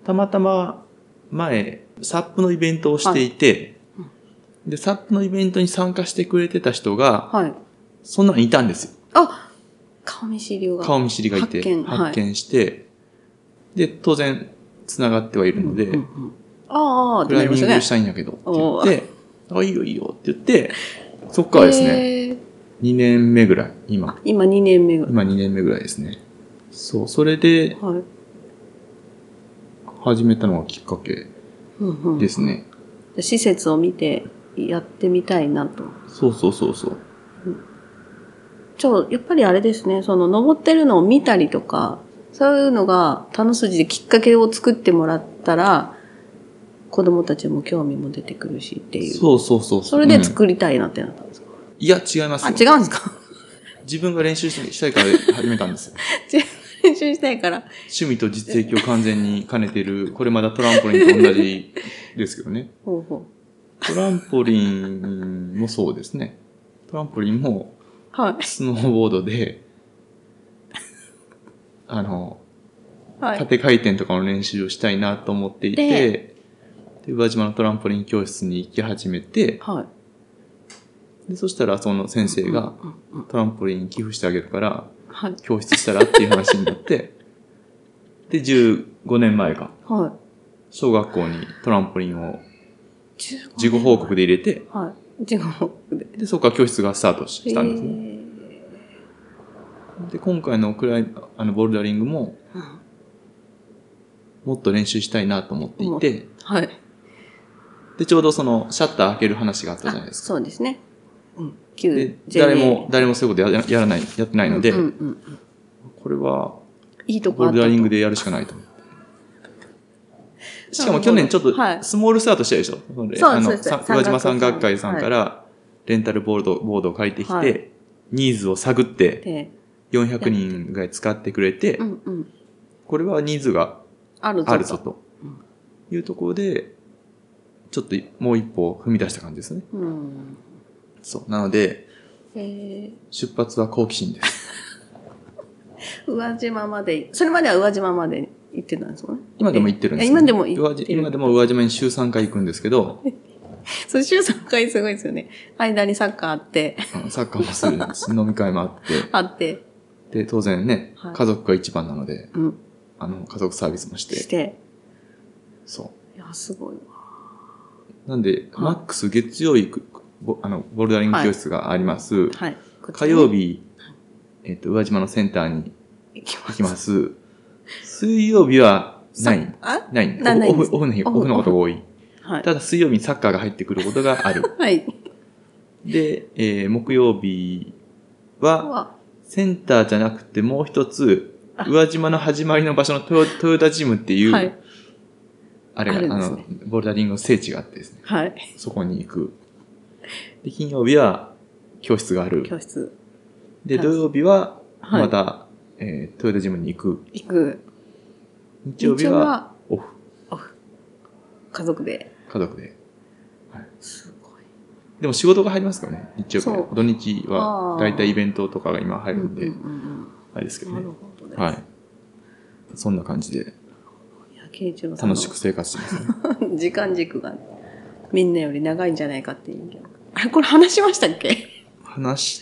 Speaker 1: たまたま、前、サップのイベントをしていて
Speaker 2: はいう、
Speaker 1: で、サップのイベントに参加してくれてた人
Speaker 2: い。
Speaker 1: が、
Speaker 2: はい。
Speaker 1: そんなのいたんですよ。
Speaker 2: あ顔見知りが。
Speaker 1: 顔見知りがいて、
Speaker 2: 発見はい
Speaker 1: して、で、当然、繋がってはいるので、
Speaker 2: うんうんうんああ、って
Speaker 1: ク
Speaker 2: な
Speaker 1: ライ
Speaker 2: り
Speaker 1: ミン
Speaker 2: ました
Speaker 1: グ
Speaker 2: ね。
Speaker 1: したいんやけど、って言って、あ、いいよいいよって言って、そっからですね、
Speaker 2: へー
Speaker 1: 2年目ぐらい、今。
Speaker 2: 今2年目ぐらい。
Speaker 1: 今2年目ぐらいですね。そう、それで、
Speaker 2: はい。
Speaker 1: 始めたのがきっかけ
Speaker 2: うんうん
Speaker 1: ですね。
Speaker 2: 施設を見てやってみたいなと。
Speaker 1: そうそうそうそう。
Speaker 2: ちょ、やっぱりあれですね、その登ってるのを見たりとか、そういうのが、楽筋できっかけを作ってもらったら、子供たちも興味も出てくるしっていう。
Speaker 1: そうそうそうう。
Speaker 2: それで
Speaker 1: る、
Speaker 2: 作りたいなってなったんですか、
Speaker 1: いや、違います
Speaker 2: あ、
Speaker 1: よ。
Speaker 2: 違うんですか
Speaker 1: 自分が練習したいから始めたんですよ。 [laughs]
Speaker 2: 練習したいから。
Speaker 1: 趣味と実益を完全に兼ねてる、これまだトランポリンと同じですけどね。
Speaker 2: ほうほ
Speaker 1: トランポリンもそうですね。トランポリンも
Speaker 2: う。はい。
Speaker 1: スノーボードで、 [laughs] あの、
Speaker 2: はい。
Speaker 1: 縦回転とかの練習をしたいなと思っていて、
Speaker 2: で
Speaker 1: で、宇和島のトランポリン教室に行き始めて、
Speaker 2: はい。
Speaker 1: で、そしたらその先生が、
Speaker 2: うんうんうん
Speaker 1: トランポリン寄付してあげるから、
Speaker 2: はい。
Speaker 1: 教室したらっていう話になって、 [laughs] で、15年前か、
Speaker 2: は
Speaker 1: 小学校にトランポリンを
Speaker 2: い。15
Speaker 1: 事後報告で入れて、
Speaker 2: はい。事後報告で。
Speaker 1: で、そこから教室がスタートしたんですね。
Speaker 2: ね。
Speaker 1: で、今回のクライ、あの、ボルダリングも、
Speaker 2: うん
Speaker 1: もっと練習したいなと思っていて、
Speaker 2: はい。
Speaker 1: で、ちょうどその、シャッター開ける話があったじゃないですか。
Speaker 2: そうですね。うん。
Speaker 1: で
Speaker 2: 旧、
Speaker 1: 誰も、誰もそういうことややらない、やってないので、
Speaker 2: うんうんうん
Speaker 1: これは、
Speaker 2: いいとこ
Speaker 1: ボ
Speaker 2: あった
Speaker 1: ル
Speaker 2: と
Speaker 1: ダリングでやるしかないと思って。しかも去年ちょっと
Speaker 2: はい
Speaker 1: スモールスタートしたでしょ、
Speaker 2: そう
Speaker 1: あ
Speaker 2: そう
Speaker 1: の、
Speaker 2: です
Speaker 1: さ
Speaker 2: 山
Speaker 1: 宇和
Speaker 2: 岳
Speaker 1: 島山学会さんからレンタルボードボードを借りてきて、
Speaker 2: はい
Speaker 1: ニーズを探って
Speaker 2: で、
Speaker 1: 400人ぐらい使ってくれて、
Speaker 2: うんうん。
Speaker 1: これはニーズが
Speaker 2: あるぞと。
Speaker 1: あるぞと
Speaker 2: うん
Speaker 1: いうところで、ちょっともう一歩踏み出した感じですね。
Speaker 2: うん。
Speaker 1: そう。なので、
Speaker 2: え
Speaker 1: 出発は好奇心です。
Speaker 2: ー、宇和島まで、それまでは宇和島まで行ってたんですもんね。
Speaker 1: 今でも行ってるんですよ
Speaker 2: え今でも行
Speaker 1: 宇和
Speaker 2: っ
Speaker 1: 島
Speaker 2: て
Speaker 1: 今
Speaker 2: る。
Speaker 1: でも宇和島に週3回行くんですけど、
Speaker 2: そう、週3回すごいですよね。間にサッカーあって、
Speaker 1: うんサッカーもするんです。飲み会もあって。
Speaker 2: あって、
Speaker 1: で、当然ね、
Speaker 2: はい
Speaker 1: 家族が一番なので、
Speaker 2: うん、
Speaker 1: あの、家族サービスもして、
Speaker 2: して。
Speaker 1: そ
Speaker 2: いや、すごいわ。
Speaker 1: う。なんで、
Speaker 2: はい
Speaker 1: マックス月曜日行く、ぼあの、ボルダリング教室があります。
Speaker 2: はい。こっち
Speaker 1: 火
Speaker 2: ね
Speaker 1: 曜日、えっ、と、宇和島のセンターに
Speaker 2: 行きま
Speaker 1: 行
Speaker 2: す。
Speaker 1: きます。水曜日は、
Speaker 2: さ
Speaker 1: ない
Speaker 2: あ
Speaker 1: ない
Speaker 2: なない
Speaker 1: オ
Speaker 2: で
Speaker 1: フ
Speaker 2: す
Speaker 1: オフの日
Speaker 2: オ
Speaker 1: オ
Speaker 2: フ
Speaker 1: フのことが多い。
Speaker 2: はい。
Speaker 1: ただ水曜日にサッカーが入ってくることがある。
Speaker 2: はい。
Speaker 1: で、えー木曜日は、
Speaker 2: は
Speaker 1: センターじゃなくてもう一つ
Speaker 2: あ、
Speaker 1: 宇和島の始まりの場所のトヨトヨタジムっていう、
Speaker 2: はい。
Speaker 1: あれが、
Speaker 2: あ
Speaker 1: あ
Speaker 2: るんです
Speaker 1: の
Speaker 2: ね、
Speaker 1: ボルダリングの聖地があってですね、
Speaker 2: はい。
Speaker 1: そこに行く。で、金曜日は教室がある。
Speaker 2: 教室
Speaker 1: で、土曜日は、
Speaker 2: はい
Speaker 1: また、えートヨタジムに行く。
Speaker 2: 行く。
Speaker 1: 日曜日は、オフ、
Speaker 2: 家族で。
Speaker 1: 家族で。
Speaker 2: すごい。
Speaker 1: でも仕事が入りますからね、日曜日
Speaker 2: そ
Speaker 1: は。
Speaker 2: う
Speaker 1: 土日は
Speaker 2: あ、ー
Speaker 1: だいたいイベントとかが今入
Speaker 2: う
Speaker 1: るん
Speaker 2: んうん
Speaker 1: で、
Speaker 2: うん
Speaker 1: あれですけ
Speaker 2: う
Speaker 1: ど
Speaker 2: ん。な
Speaker 1: ね
Speaker 2: る。ほどです。
Speaker 1: はい。そんな感じで、
Speaker 2: いや、慶一郎さんの
Speaker 1: 楽しく生活してますね。
Speaker 2: [laughs] 時間軸がみんなより長いんじゃないかっていう意見あれ、これ話しましたっけ
Speaker 1: 話し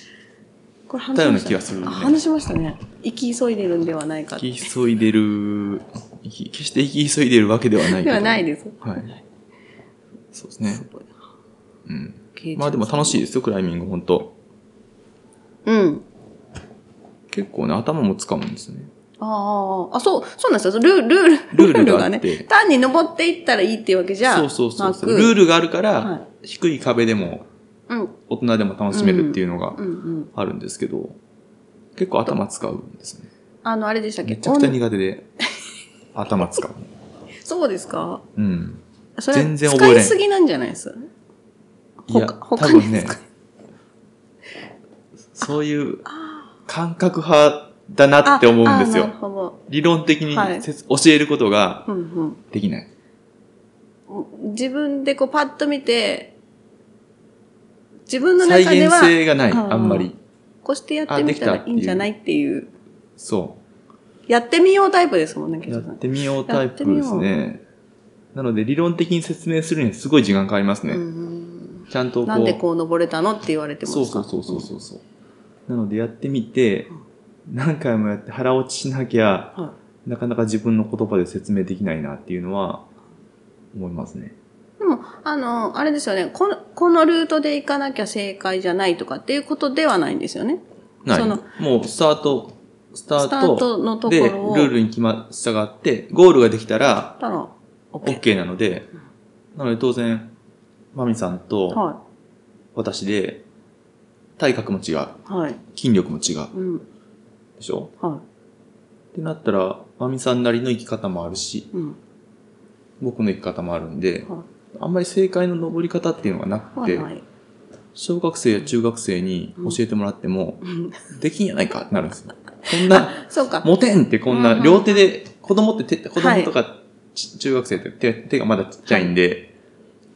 Speaker 2: これ話
Speaker 1: たよう
Speaker 2: しま
Speaker 1: な
Speaker 2: し
Speaker 1: 気
Speaker 2: た。
Speaker 1: がする、ね
Speaker 2: あ、。話しましたね。行き急いでるんではないかって
Speaker 1: 行き急いでる、行き決して行き急いでるわけではないけど。
Speaker 2: ではないです。
Speaker 1: はい。そうですね
Speaker 2: す。ごいな
Speaker 1: うん。
Speaker 2: 慶一郎さん
Speaker 1: まあでも楽しいですよ、クライミング、本当
Speaker 2: うん。
Speaker 1: 結構ね、頭も使うんですね。
Speaker 2: ああ、あ、そう、そうなんですよ。ルール、ルー
Speaker 1: ル
Speaker 2: ル、
Speaker 1: ールがあって
Speaker 2: ね。単に登っていったらいいっていうわけじゃ、
Speaker 1: そうそうそうそう。ル
Speaker 2: ル
Speaker 1: ー
Speaker 2: ール。
Speaker 1: ルがあるか
Speaker 2: は
Speaker 1: ら、低い壁でも、
Speaker 2: うん、
Speaker 1: 大人でも楽しめるっていうのが
Speaker 2: うん、うん。
Speaker 1: あるんですけど、結構頭使うんですね。
Speaker 2: あの、あれでしたっけ
Speaker 1: めちゃくちゃ
Speaker 2: オン
Speaker 1: 苦手で、頭使う。
Speaker 2: そうですか
Speaker 1: うん。
Speaker 2: それは
Speaker 1: 全然覚えれん
Speaker 2: 使いすぎなんじゃないです
Speaker 1: いや、
Speaker 2: 他
Speaker 1: 多
Speaker 2: 他
Speaker 1: 分
Speaker 2: で
Speaker 1: ね
Speaker 2: すか、
Speaker 1: そういう
Speaker 2: あ
Speaker 1: 感覚派だな
Speaker 2: あ
Speaker 1: って思うんです
Speaker 2: あ
Speaker 1: よ。
Speaker 2: あなるほど。
Speaker 1: 理論的に
Speaker 2: はい
Speaker 1: せつ教えることが
Speaker 2: うんうん。
Speaker 1: できない。
Speaker 2: 自分でこうパッと見て、自分の
Speaker 1: 再
Speaker 2: 中で
Speaker 1: 現
Speaker 2: は、
Speaker 1: 性がない、
Speaker 2: あー
Speaker 1: あんまり。
Speaker 2: こうしてやってみたら
Speaker 1: あできたっ
Speaker 2: い
Speaker 1: て
Speaker 2: い
Speaker 1: いうん
Speaker 2: じゃないっていう、
Speaker 1: そ
Speaker 2: やってみようタイプですもんね、
Speaker 1: う。
Speaker 2: ケイ
Speaker 1: や
Speaker 2: さ
Speaker 1: っ
Speaker 2: ん。
Speaker 1: てみようタイプですね。なので、理論的に説明するにはすごい時間かかりますね。
Speaker 2: うん
Speaker 1: ちゃんとこう。
Speaker 2: なんでこう登れたのって言われてま
Speaker 1: そう
Speaker 2: し
Speaker 1: そ
Speaker 2: た。
Speaker 1: うそうそうそうそう。なので、やってみて、何回もやって腹落ちしなきゃ、
Speaker 2: はい
Speaker 1: なかなか自分の言葉で説明できないなっていうのは、思いますね。
Speaker 2: でも、あの、あれですよね、この、このルートで行かなきゃ正解じゃないとかっていうことではないんですよね。
Speaker 1: ない
Speaker 2: その
Speaker 1: もう、スタート、スタ
Speaker 2: スタ
Speaker 1: ー
Speaker 2: ー
Speaker 1: ト
Speaker 2: トのとこ
Speaker 1: で、ル
Speaker 2: ろを、
Speaker 1: ールに決ま、従って、ゴールができたら、
Speaker 2: たら、OK。
Speaker 1: OK なので、なので当然、マミさんと
Speaker 2: は
Speaker 1: 私で、体格も違う。
Speaker 2: い。はい。
Speaker 1: 筋力も違う。
Speaker 2: うん。
Speaker 1: でしょ
Speaker 2: は
Speaker 1: ってなったら、マミさんなりの生き方もあるし、
Speaker 2: い。うん。
Speaker 1: 僕の生き方もあるんで、
Speaker 2: は
Speaker 1: あんまり正解の登り方っていうのがなく
Speaker 2: い。
Speaker 1: て、
Speaker 2: はい。
Speaker 1: 小学生や中学生に
Speaker 2: うん
Speaker 1: 教えてもらっても、
Speaker 2: うん [laughs]
Speaker 1: できんやないかってなるんですよ。こんな、
Speaker 2: そうか。
Speaker 1: モテんってこん
Speaker 2: うん
Speaker 1: な、
Speaker 2: うん
Speaker 1: 両手で、子供って手、子供とか、ち中学生って手手がまだちっちゃいんで、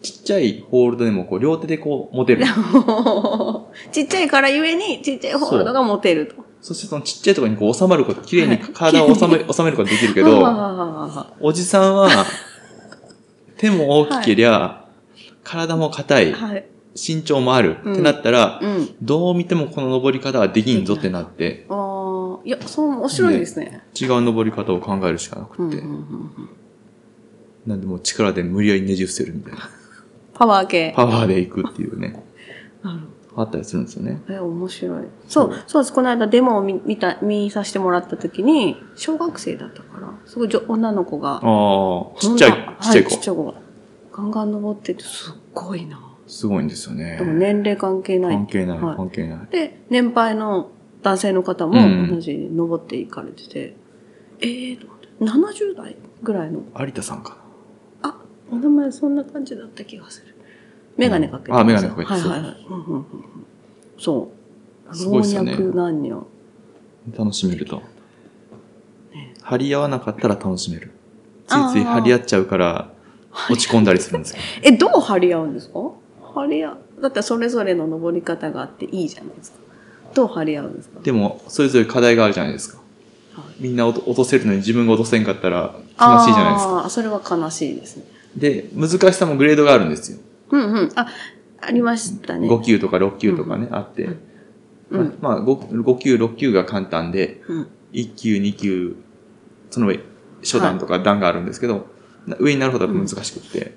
Speaker 1: ちっちゃいホールドでもこう、両手でこう、持
Speaker 2: [laughs]
Speaker 1: てる。
Speaker 2: ちっちゃいからゆえに、ちっちゃいホールドが持てると。
Speaker 1: そしてそのちっちゃいところにこう収まること、綺麗に
Speaker 2: はい
Speaker 1: 体を収め
Speaker 2: [laughs]
Speaker 1: 収めることできるけど、
Speaker 2: は
Speaker 1: おじさんは、手も大きけりゃ、体も硬い、
Speaker 2: い。
Speaker 1: 身長もある、
Speaker 2: うん
Speaker 1: ってなったら、
Speaker 2: うん。
Speaker 1: どう見てもこの登り方はできんぞってなって、
Speaker 2: ああ、いや、そう、面白いですね。
Speaker 1: 違う登り方を考えるしかな
Speaker 2: うん
Speaker 1: く
Speaker 2: うんう
Speaker 1: て、
Speaker 2: んうん
Speaker 1: なんでもう力で無理やりねじ伏せるみたいな、
Speaker 2: パワー系。
Speaker 1: パワーでいくっていうね、
Speaker 2: なるほ
Speaker 1: あったりするんですよね。
Speaker 2: どえ、面白い。そう、そうです。この間デモを見見た、見させてもらった時に、小学生だったから、すごい女女の子が、
Speaker 1: ああ、ちっちゃい
Speaker 2: 女の、
Speaker 1: ちっちゃい
Speaker 2: はちっち
Speaker 1: 子。
Speaker 2: ゃい子が、ガンガン登ってて、すっごいな。
Speaker 1: すごいんですよね
Speaker 2: で。も年齢関係ない
Speaker 1: 関係ない、
Speaker 2: はい
Speaker 1: 関係ない。
Speaker 2: で、年配の男性の方
Speaker 1: うん
Speaker 2: も同じに登っていかれてて、えーと思って、70代ぐらいの、
Speaker 1: 有田さんかな。
Speaker 2: あ、お名前そんな感じだった気がする。メガネかけて
Speaker 1: あメガネかけて
Speaker 2: はいはいはい。うんうんうんうんそう。
Speaker 1: すごいっすよね
Speaker 2: 老若男女。
Speaker 1: 楽しめると
Speaker 2: ね。
Speaker 1: 張り合わなかったら楽しめる。つ
Speaker 2: あー
Speaker 1: いつい張り合っちゃうから、落ち込んだりするんですけど。
Speaker 2: え、どう張り合うんですか張り合う。だってそれぞれの登り方があっていいじゃないですか。どう張り合うんですか
Speaker 1: でも、それぞれ課題があるじゃないですか。みんな落と落とせるのに自分が落とせんかったら悲しいじゃないですか。
Speaker 2: か。それは悲しいですね。
Speaker 1: で、難しさもグレードがあるんですよ。
Speaker 2: うんうん。あ、ありましたね。
Speaker 1: 5級とか6級とかね、あって。
Speaker 2: うん。
Speaker 1: まあ5、5級、6級が簡単で、
Speaker 2: うん。
Speaker 1: 1級、2級、その上、初段とか段があるんですけど、な上になるほど難しくって。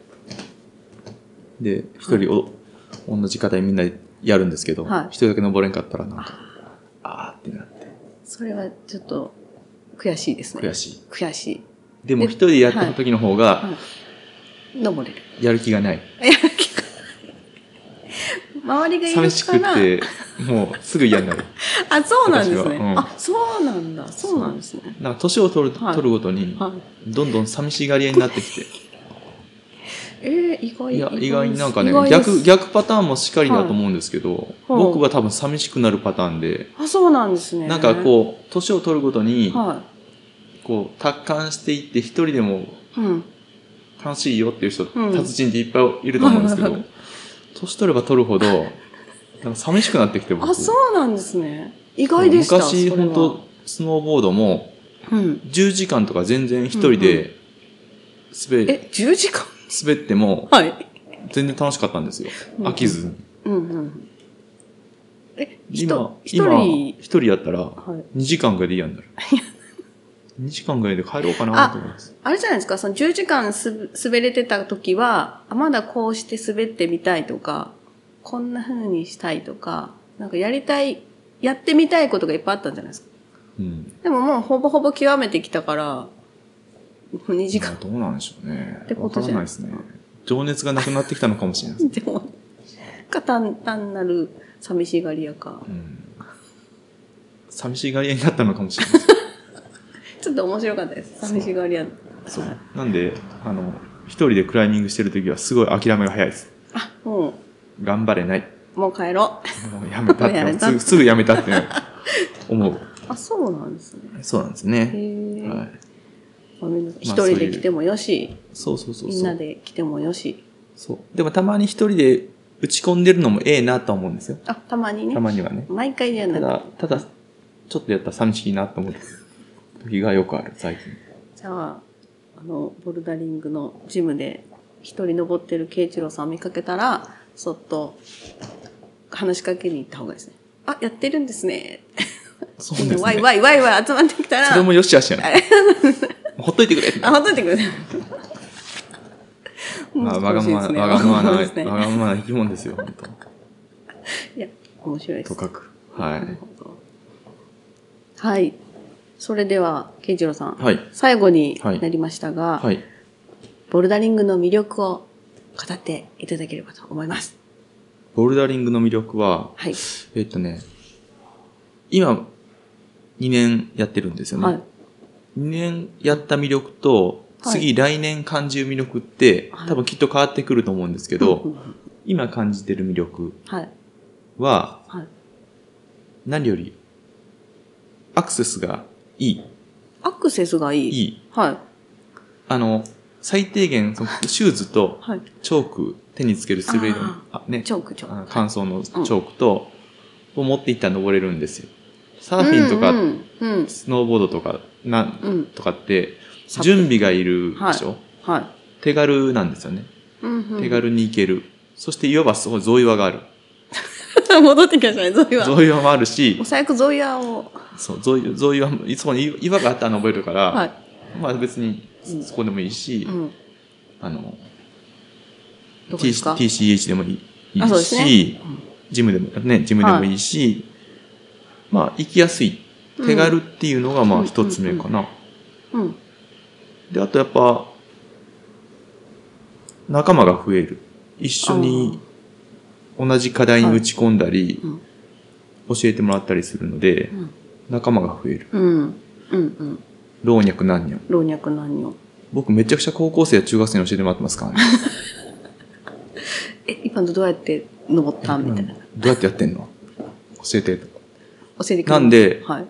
Speaker 1: で、一人お、同じ方にみんなやるんですけど、一、
Speaker 2: はい
Speaker 1: 人だけ登れんかったらなんか、あーってなって、
Speaker 2: それはちょっと悔しいですね。
Speaker 1: 悔しい。
Speaker 2: 悔しい。
Speaker 1: でも一人でやった時の方が
Speaker 2: 登れる。
Speaker 1: やる気がない。
Speaker 2: 周りがい
Speaker 1: 寂
Speaker 2: る
Speaker 1: し
Speaker 2: か
Speaker 1: く
Speaker 2: ら。
Speaker 1: て、もうすぐ嫌にな
Speaker 2: [laughs]
Speaker 1: る。
Speaker 2: あ、そうなんです
Speaker 1: 私はう
Speaker 2: ね。
Speaker 1: ん
Speaker 2: あ、そうなんだ。そうなんですね。
Speaker 1: なんか年を取る、
Speaker 2: はい
Speaker 1: 取るごとに、
Speaker 2: はい。
Speaker 1: どんどん寂しがり屋になってきて。
Speaker 2: えー、意外
Speaker 1: いや、意外になんかね
Speaker 2: 意、外です
Speaker 1: 逆、逆パターンもしっかりだと思うんですけど、僕は多分寂しくなるパターンで、
Speaker 2: あ、そうなんですね。
Speaker 1: なんかこう、年を取るごとに、
Speaker 2: は
Speaker 1: こう、達観していって、一人でも
Speaker 2: い。うん。
Speaker 1: 楽しいよっていう人、
Speaker 2: うん
Speaker 1: 達人っていっぱいいると思うんですけど、年取れば取るほど、なんか寂しくなってきて、僕。
Speaker 2: あ、そうなんですね。意外でした。
Speaker 1: 昔、
Speaker 2: それは
Speaker 1: 本当スノーボードも、
Speaker 2: うん。
Speaker 1: 10時間とか全然一人で、滑、
Speaker 2: え、10時間
Speaker 1: 滑っても、
Speaker 2: はい。
Speaker 1: 全然楽しかったんですよ。
Speaker 2: うん
Speaker 1: 飽きずに。
Speaker 2: うんうん。え、
Speaker 1: 今
Speaker 2: 人、一
Speaker 1: 今、
Speaker 2: 人
Speaker 1: 一、人やったら、
Speaker 2: はい。
Speaker 1: 2時間ぐらいでいいやんだ
Speaker 2: [laughs]
Speaker 1: る。2時間ぐらいで帰ろうかなと思います。
Speaker 2: あれじゃないですか、その10時間す滑れてた時は、あ、まだこうして滑ってみたいとか、こんな風にしたいとか、なんかやりたい、やってみたいことがいっぱいあったんじゃないですか。
Speaker 1: うん。
Speaker 2: でももうほぼほぼ極めてきたから、2時
Speaker 1: まあ
Speaker 2: 間
Speaker 1: どうなんでしょうね。
Speaker 2: てこ
Speaker 1: わ
Speaker 2: と
Speaker 1: か
Speaker 2: じ
Speaker 1: ら
Speaker 2: ゃ
Speaker 1: な
Speaker 2: ないい
Speaker 1: で
Speaker 2: ですすか
Speaker 1: ね。情熱がなくなってきたのかもしれないです。
Speaker 2: でも、か単単なる寂しがり屋か
Speaker 1: う。ん。寂しがり屋になったのかもしれないです。
Speaker 2: ちょっと面白かったです。寂しがり屋。
Speaker 1: そう。なんで、あの、一人でクライミングしてるときはすごい諦めが早いです。
Speaker 2: あ、も
Speaker 1: 頑張れない。
Speaker 2: う、もう帰ろう。
Speaker 1: もうやめたっ
Speaker 2: もうやめ
Speaker 1: て、
Speaker 2: た
Speaker 1: すぐすぐやめたって思う。
Speaker 2: あ、そうなんですね。
Speaker 1: そうなんです
Speaker 2: へ
Speaker 1: ね。
Speaker 2: え。
Speaker 1: はい。
Speaker 2: ごめんなさい
Speaker 1: ま
Speaker 2: 一
Speaker 1: あそういう
Speaker 2: 人で来てもよし、
Speaker 1: そうそうそうそう。
Speaker 2: みんなで来てもよし。
Speaker 1: そう。でもたまに一人で打ち込んでるのもええなとは思うんですよ。
Speaker 2: あ、たまにね
Speaker 1: た。まにはね。
Speaker 2: 毎回じゃな
Speaker 1: た
Speaker 2: くて。
Speaker 1: だ、ただ、ちょっとやったら寂しいなと思う時がよくある、最近。
Speaker 2: じゃあ、あの、ボルダリングのジムで一人登ってる慶一郎さんを見かけたら、そっと話しかけに行った方がいいですね。あ、やってるんですね。
Speaker 1: そ
Speaker 2: みんなワイワイワイワイ集まってきたら、
Speaker 1: それもよしあしやな。
Speaker 2: [laughs]
Speaker 1: ほっといてくれ
Speaker 2: あ、ほっといてください。
Speaker 1: [laughs] まあ、わが
Speaker 2: [laughs] 面白い
Speaker 1: ま
Speaker 2: ですね
Speaker 1: ま、わがままな、
Speaker 2: 面白いですね
Speaker 1: わがままな生き物ですよ、本
Speaker 2: [laughs] いや、面白いで
Speaker 1: 当。と
Speaker 2: す。
Speaker 1: かく。は
Speaker 2: なるほどはい。それでは、慶一郎さん、
Speaker 1: い。はい。
Speaker 2: 最後になりましたが、
Speaker 1: はい。
Speaker 2: ボルダリングの魅力を語っていただければと思います。
Speaker 1: ボルダリングの魅力は、
Speaker 2: はい。
Speaker 1: えっとね、今、2年やってるんですよね。
Speaker 2: はい。
Speaker 1: 2年やった魅力と、
Speaker 2: はい
Speaker 1: 次来年感じる魅力って、
Speaker 2: はい
Speaker 1: 多分きっと変わってくると思うんですけ
Speaker 2: う
Speaker 1: ど、
Speaker 2: んうんうん
Speaker 1: 今感じてる魅力
Speaker 2: はい。
Speaker 1: は、
Speaker 2: はい。
Speaker 1: 何より、アクセスがいい。
Speaker 2: アクセスがいい。
Speaker 1: いい。
Speaker 2: はい。
Speaker 1: あの、最低限、そのシューズと
Speaker 2: はい。
Speaker 1: チョーク、手につける滑りの
Speaker 2: あ、
Speaker 1: あね、
Speaker 2: チョークチョー
Speaker 1: あ
Speaker 2: ク。
Speaker 1: 乾燥のチョークと、を持っていったら登れるんですよ。サーフィンとか、
Speaker 2: うんうん。うん
Speaker 1: スノーボードとか、なん、
Speaker 2: うん。
Speaker 1: とかって、準備がいるでしょ、
Speaker 2: は
Speaker 1: 手軽なんですよね。
Speaker 2: い。うんうん
Speaker 1: 手。軽に行ける。そして、いわばすごい贈与がある。
Speaker 2: [laughs] 戻ってきましたね、ゾイは。
Speaker 1: 贈与もあるし
Speaker 2: お、最悪ゾイヤを。
Speaker 1: そう、贈与、贈与は、そこに岩があったら登れるから、
Speaker 2: はい。
Speaker 1: まあ別にそこでもいいし、
Speaker 2: うん。
Speaker 1: あの、
Speaker 2: どこ
Speaker 1: T-
Speaker 2: ですか
Speaker 1: TCH でもいいいい
Speaker 2: あそうです
Speaker 1: し、
Speaker 2: ねうん
Speaker 1: ジムでも、ね、ジムでもいいし、まあ行きやすい。手軽っていうのがま
Speaker 2: う
Speaker 1: あ
Speaker 2: ん
Speaker 1: 一つ目かな。
Speaker 2: うん。
Speaker 1: で、あとやっぱ、仲間が増える。一緒に同じ課題に打ち込んだり、
Speaker 2: うん
Speaker 1: 教えてもらったりするので
Speaker 2: う、ん。
Speaker 1: 仲間が増える。
Speaker 2: うん。うん。うん。
Speaker 1: 老若男女。
Speaker 2: 老若男女。
Speaker 1: 僕めちゃくちゃ高校生や中学生に教えてもらってますからね。
Speaker 2: え、今度どうやって登ったみたいな。教
Speaker 1: どうやってやってんの教えてとか。
Speaker 2: えてくれま
Speaker 1: な
Speaker 2: す
Speaker 1: んで
Speaker 2: はい。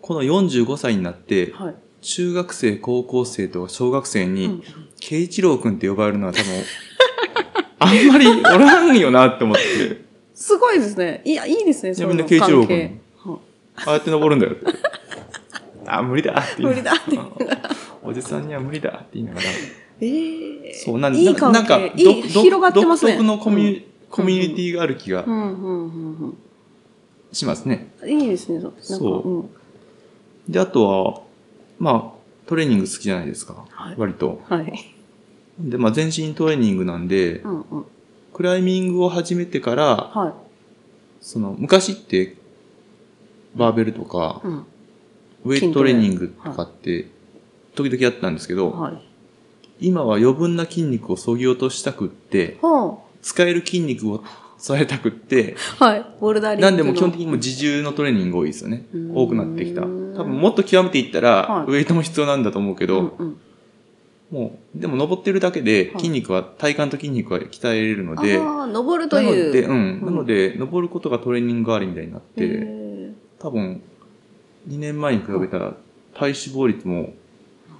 Speaker 1: この45歳になって、
Speaker 2: はい。
Speaker 1: 中学生、高校生とか小学生
Speaker 2: う
Speaker 1: に
Speaker 2: ん、
Speaker 1: 慶一郎くんって呼ばれるのは多分、 [laughs] あんまりおらんよなって思って、
Speaker 2: すごいですね。いや、いいですね、
Speaker 1: じ
Speaker 2: そ
Speaker 1: ゃあ
Speaker 2: ういう
Speaker 1: みんな慶一郎
Speaker 2: 関係。はい
Speaker 1: ああやって登るんだよって。あ、無理だって言い
Speaker 2: 無理だって
Speaker 1: ながら。おじさんには無理だって言いながら。
Speaker 2: ええ
Speaker 1: そう、なんで、
Speaker 2: いい関係
Speaker 1: なんか、
Speaker 2: いい
Speaker 1: ど
Speaker 2: 広がってますね。
Speaker 1: 独特のコミュ,、コミュニテ
Speaker 2: ィ。
Speaker 1: ィがある気が
Speaker 2: うん、うん、うん、
Speaker 1: しますね。
Speaker 2: うん。いいですね、そう。なんか
Speaker 1: そう
Speaker 2: うん。
Speaker 1: で、あとは、まあ、トレーニング好きじゃないですか。
Speaker 2: はい
Speaker 1: 割と。
Speaker 2: はい。
Speaker 1: で、まあ、全身トレーニングなんで、
Speaker 2: うん、うん。
Speaker 1: クライミングを始めてから、
Speaker 2: はい。
Speaker 1: その、昔って、バーベルとか、
Speaker 2: うん。
Speaker 1: ウェイトトレーニングとかって、時々やったんですけど、
Speaker 2: はい。
Speaker 1: 今は余分な筋肉を削ぎ落としたくって、
Speaker 2: ほ
Speaker 1: 使える筋肉をされたくって、
Speaker 2: う。はい。ボルダリングの。
Speaker 1: なんでも基本的にもう自重のトレーニングが多いですよね
Speaker 2: うー。ん
Speaker 1: 多くなってきた。多分もっと極めていったら、
Speaker 2: はい
Speaker 1: ウエイトも必要なんだと思うけど、
Speaker 2: うんうん
Speaker 1: もう、でも登ってるだけで
Speaker 2: はい
Speaker 1: 筋肉は、体幹と筋肉は鍛えれるの
Speaker 2: あ
Speaker 1: で、
Speaker 2: ー登ると
Speaker 1: なの
Speaker 2: い
Speaker 1: で、
Speaker 2: う。
Speaker 1: うん。なので、登ることがトレーニング代わりみたいになっ
Speaker 2: へー
Speaker 1: て、多分、2年前に比べたら体脂肪率も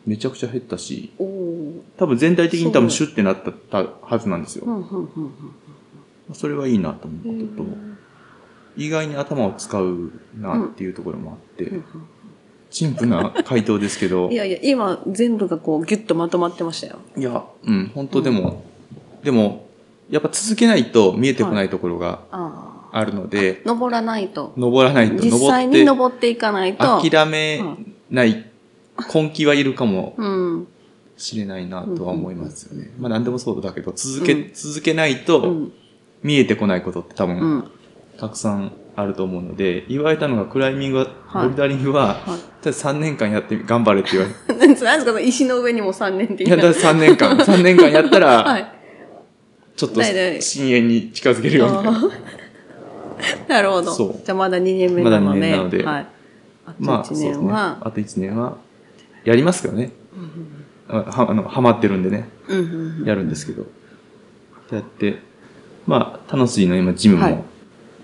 Speaker 1: めちゃくちゃ減ったし、
Speaker 2: おー
Speaker 1: 多分全体的に多分
Speaker 2: す
Speaker 1: シュッてなったはずなんですよ。
Speaker 2: うんうんうん
Speaker 1: それはいいなと思
Speaker 2: うん
Speaker 1: うこと
Speaker 2: う
Speaker 1: と、
Speaker 2: ん
Speaker 1: 意外に頭を使うなっていうところもあって、
Speaker 2: うん
Speaker 1: 陳腐な回答ですけど、
Speaker 2: [laughs] いやいや、今、全部がこう、ギュッとまとまってましたよ。
Speaker 1: いや、うん、本当でも、でも、やっぱ続けないと見えてこないところが
Speaker 2: ああ。
Speaker 1: あるので、
Speaker 2: 登らないと。
Speaker 1: 登らないと、
Speaker 2: 実際に
Speaker 1: 登っ
Speaker 2: 登っていかない
Speaker 1: て、
Speaker 2: と。
Speaker 1: 諦めない根気はいるかも
Speaker 2: うん。
Speaker 1: しれないなとは思いますよね
Speaker 2: う。
Speaker 1: まあ何でもそうだけど、続
Speaker 2: う
Speaker 1: け、続けないうと
Speaker 2: ん。
Speaker 1: 見えてこないことって多
Speaker 2: う
Speaker 1: 分、
Speaker 2: ん。
Speaker 1: たくさんあると思うので、言われたのがクライミングは、
Speaker 2: はい
Speaker 1: ボルダリングは、
Speaker 2: はい。
Speaker 1: 3年間やってみ頑張れって言われて、
Speaker 2: [laughs] なんですか、その石の上にも3年って
Speaker 1: い
Speaker 2: 言
Speaker 1: や、
Speaker 2: う
Speaker 1: だ3年間、3年間やったら、
Speaker 2: はい。
Speaker 1: ちょっと
Speaker 2: だいだい
Speaker 1: 深淵に近づけるようになる。
Speaker 2: [laughs] なるほど。
Speaker 1: そう
Speaker 2: じゃあまだ2年目なので。
Speaker 1: まだ二年なので
Speaker 2: はい。あと
Speaker 1: まあ、
Speaker 2: 1
Speaker 1: そうです
Speaker 2: 年
Speaker 1: ね。
Speaker 2: は、
Speaker 1: あと1年は、やりますけどね。
Speaker 2: うん
Speaker 1: あは、あの、ハマってるんでね、
Speaker 2: うんうんうん
Speaker 1: やるんですけど。やって、まあ、楽しいの今、ジムも、
Speaker 2: はい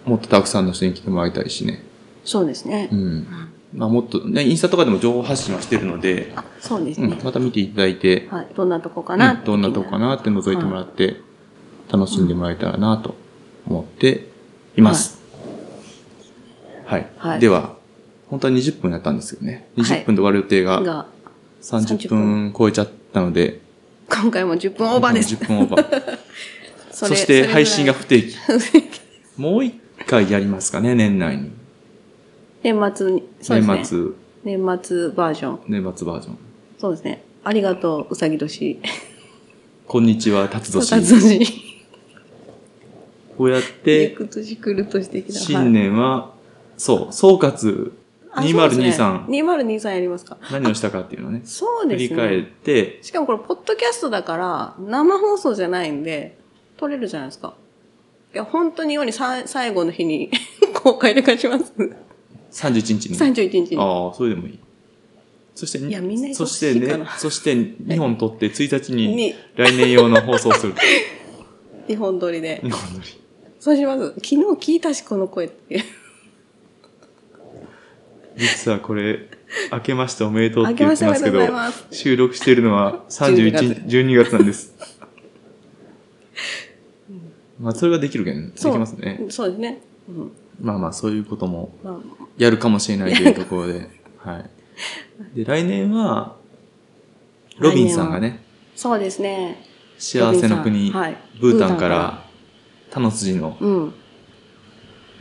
Speaker 1: もっとたくさんの人に来てもらいたいしね。
Speaker 2: そうですね
Speaker 1: う。ん。まあ、もっと、ね、インスタとかでも情報発信はしてるので、
Speaker 2: あ、そうです
Speaker 1: うん
Speaker 2: ね、。
Speaker 1: また見ていただいて、
Speaker 2: はい。どんなとこかな、
Speaker 1: うんどんなとこかなって覗いてもらって、楽しんでもらえたらなと思っています。はい。
Speaker 2: はい
Speaker 1: では、本当は20分やったんですよね。
Speaker 2: はい
Speaker 1: 20分で終わる予定が
Speaker 2: が、
Speaker 1: 30分超えちゃったので、
Speaker 2: 今回も10分オーバーです。
Speaker 1: 10分オーバー。
Speaker 2: [laughs] そ
Speaker 1: そ
Speaker 2: れ
Speaker 1: して配信が。
Speaker 2: そ
Speaker 1: 不定期。もう一回やりますかね、年内に。
Speaker 2: れ [laughs] ぐらい年末に、そうですね。
Speaker 1: 年末、
Speaker 2: 年末バージョン。
Speaker 1: 年末バージョン。
Speaker 2: そうですね。ありがとう、うさぎ年。
Speaker 1: こんにちは、達
Speaker 2: たつ [laughs]
Speaker 1: 年。
Speaker 2: 年。
Speaker 1: こうやっ
Speaker 2: ゆ [laughs]
Speaker 1: て、
Speaker 2: く年来る年的な。
Speaker 1: 新年は、そう、総括
Speaker 2: はい、
Speaker 1: 2023。
Speaker 2: あ。そうですね2023やりますか。
Speaker 1: 何をしたかっていうのをね、
Speaker 2: そう
Speaker 1: 振
Speaker 2: で
Speaker 1: り
Speaker 2: す
Speaker 1: 返っ
Speaker 2: ね。
Speaker 1: て、
Speaker 2: しかもこれ、ポッドキャストだから、生放送じゃないんで、撮れるじゃないですか。いや、本当にようにさ最後の日に [laughs] 公開で勝ちます。
Speaker 1: 31日に。
Speaker 2: 31日に。
Speaker 1: ああ、それでもいい。そして、
Speaker 2: いやみんな忙しい
Speaker 1: そしてね
Speaker 2: か、な
Speaker 1: そ
Speaker 2: [laughs]
Speaker 1: して2本取って1日に
Speaker 2: に、
Speaker 1: 来年用の放送する。 [laughs]
Speaker 2: 日本撮りで。
Speaker 1: 日本撮り
Speaker 2: そうします。昨日聞いたし、この声って。
Speaker 1: 実はこれ、明けましておめでとうって
Speaker 2: 明け
Speaker 1: 言
Speaker 2: ま
Speaker 1: っ
Speaker 2: し
Speaker 1: て
Speaker 2: てお
Speaker 1: ま
Speaker 2: め
Speaker 1: す
Speaker 2: で
Speaker 1: け
Speaker 2: と
Speaker 1: ど
Speaker 2: うございます、
Speaker 1: 収録してるのは31 12月なんです。まあ、それができるけん、でき
Speaker 2: そう
Speaker 1: ますね。
Speaker 2: そうですね。うん。
Speaker 1: まあまあ、そういうことも
Speaker 2: ま
Speaker 1: やるかもしれないというところ
Speaker 2: [laughs]
Speaker 1: で、はい。で、来年は、ロビンさんがね、
Speaker 2: あ、そうですね。
Speaker 1: 幸せの国、
Speaker 2: ロビンさんはい
Speaker 1: ブータンか、
Speaker 2: ブータンから
Speaker 1: タノスジの
Speaker 2: うん。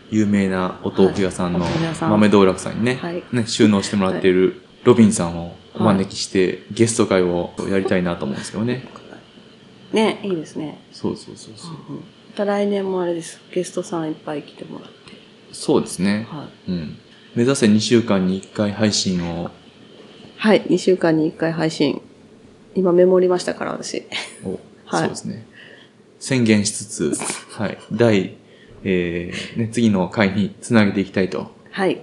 Speaker 1: 有名なお豆腐屋さんの
Speaker 2: はいお豆腐屋さん
Speaker 1: 豆道楽さんにね、
Speaker 2: はい
Speaker 1: ね収納してもらっているロビンさんをお招きして、ゲスト会をやりたいなと思うんですよね。
Speaker 2: ね、いいですね。
Speaker 1: そうそうそうそう。
Speaker 2: うんまた来年もあれです。ゲストさんいっぱい来てもらって。
Speaker 1: そうですね。
Speaker 2: はい。
Speaker 1: うん。目指せ2週間に1回配信を、
Speaker 2: はい、2週間に1回配信。今メモりましたから、私。
Speaker 1: を
Speaker 2: はい
Speaker 1: そうですね。宣言し
Speaker 2: [laughs]
Speaker 1: つつ、はい。第、えー、ね、次の回につなげていきたいと
Speaker 2: はい。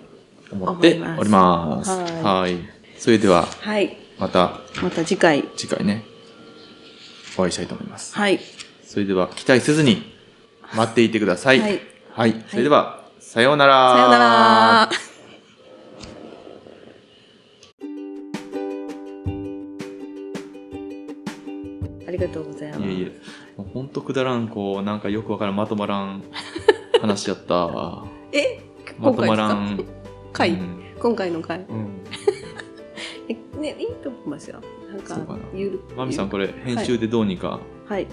Speaker 1: 思っております。
Speaker 2: 思います
Speaker 1: はいそれでは、
Speaker 2: はい。
Speaker 1: また
Speaker 2: また次回。
Speaker 1: 次回ね、お会いしたいと思います。
Speaker 2: はい。
Speaker 1: それでは期待せずに待っていてください。
Speaker 2: は
Speaker 1: はいい。それでは、さようなら。
Speaker 2: さようなら。ありがとうございます。
Speaker 1: いえいえ、もうほんとくだらん、こう、なんかよくわからん、まとまらん話やったわ。
Speaker 2: え
Speaker 1: ま
Speaker 2: [laughs] 今
Speaker 1: と
Speaker 2: 回
Speaker 1: まら
Speaker 2: ですか
Speaker 1: ん。
Speaker 2: 回、
Speaker 1: うん。
Speaker 2: 今回の回。
Speaker 1: うん
Speaker 2: えね、いいと思いますよ。なんか
Speaker 1: そうかな、
Speaker 2: ゆる。
Speaker 1: まみさん、これ、
Speaker 2: い
Speaker 1: 編集でどうにか。
Speaker 2: はい。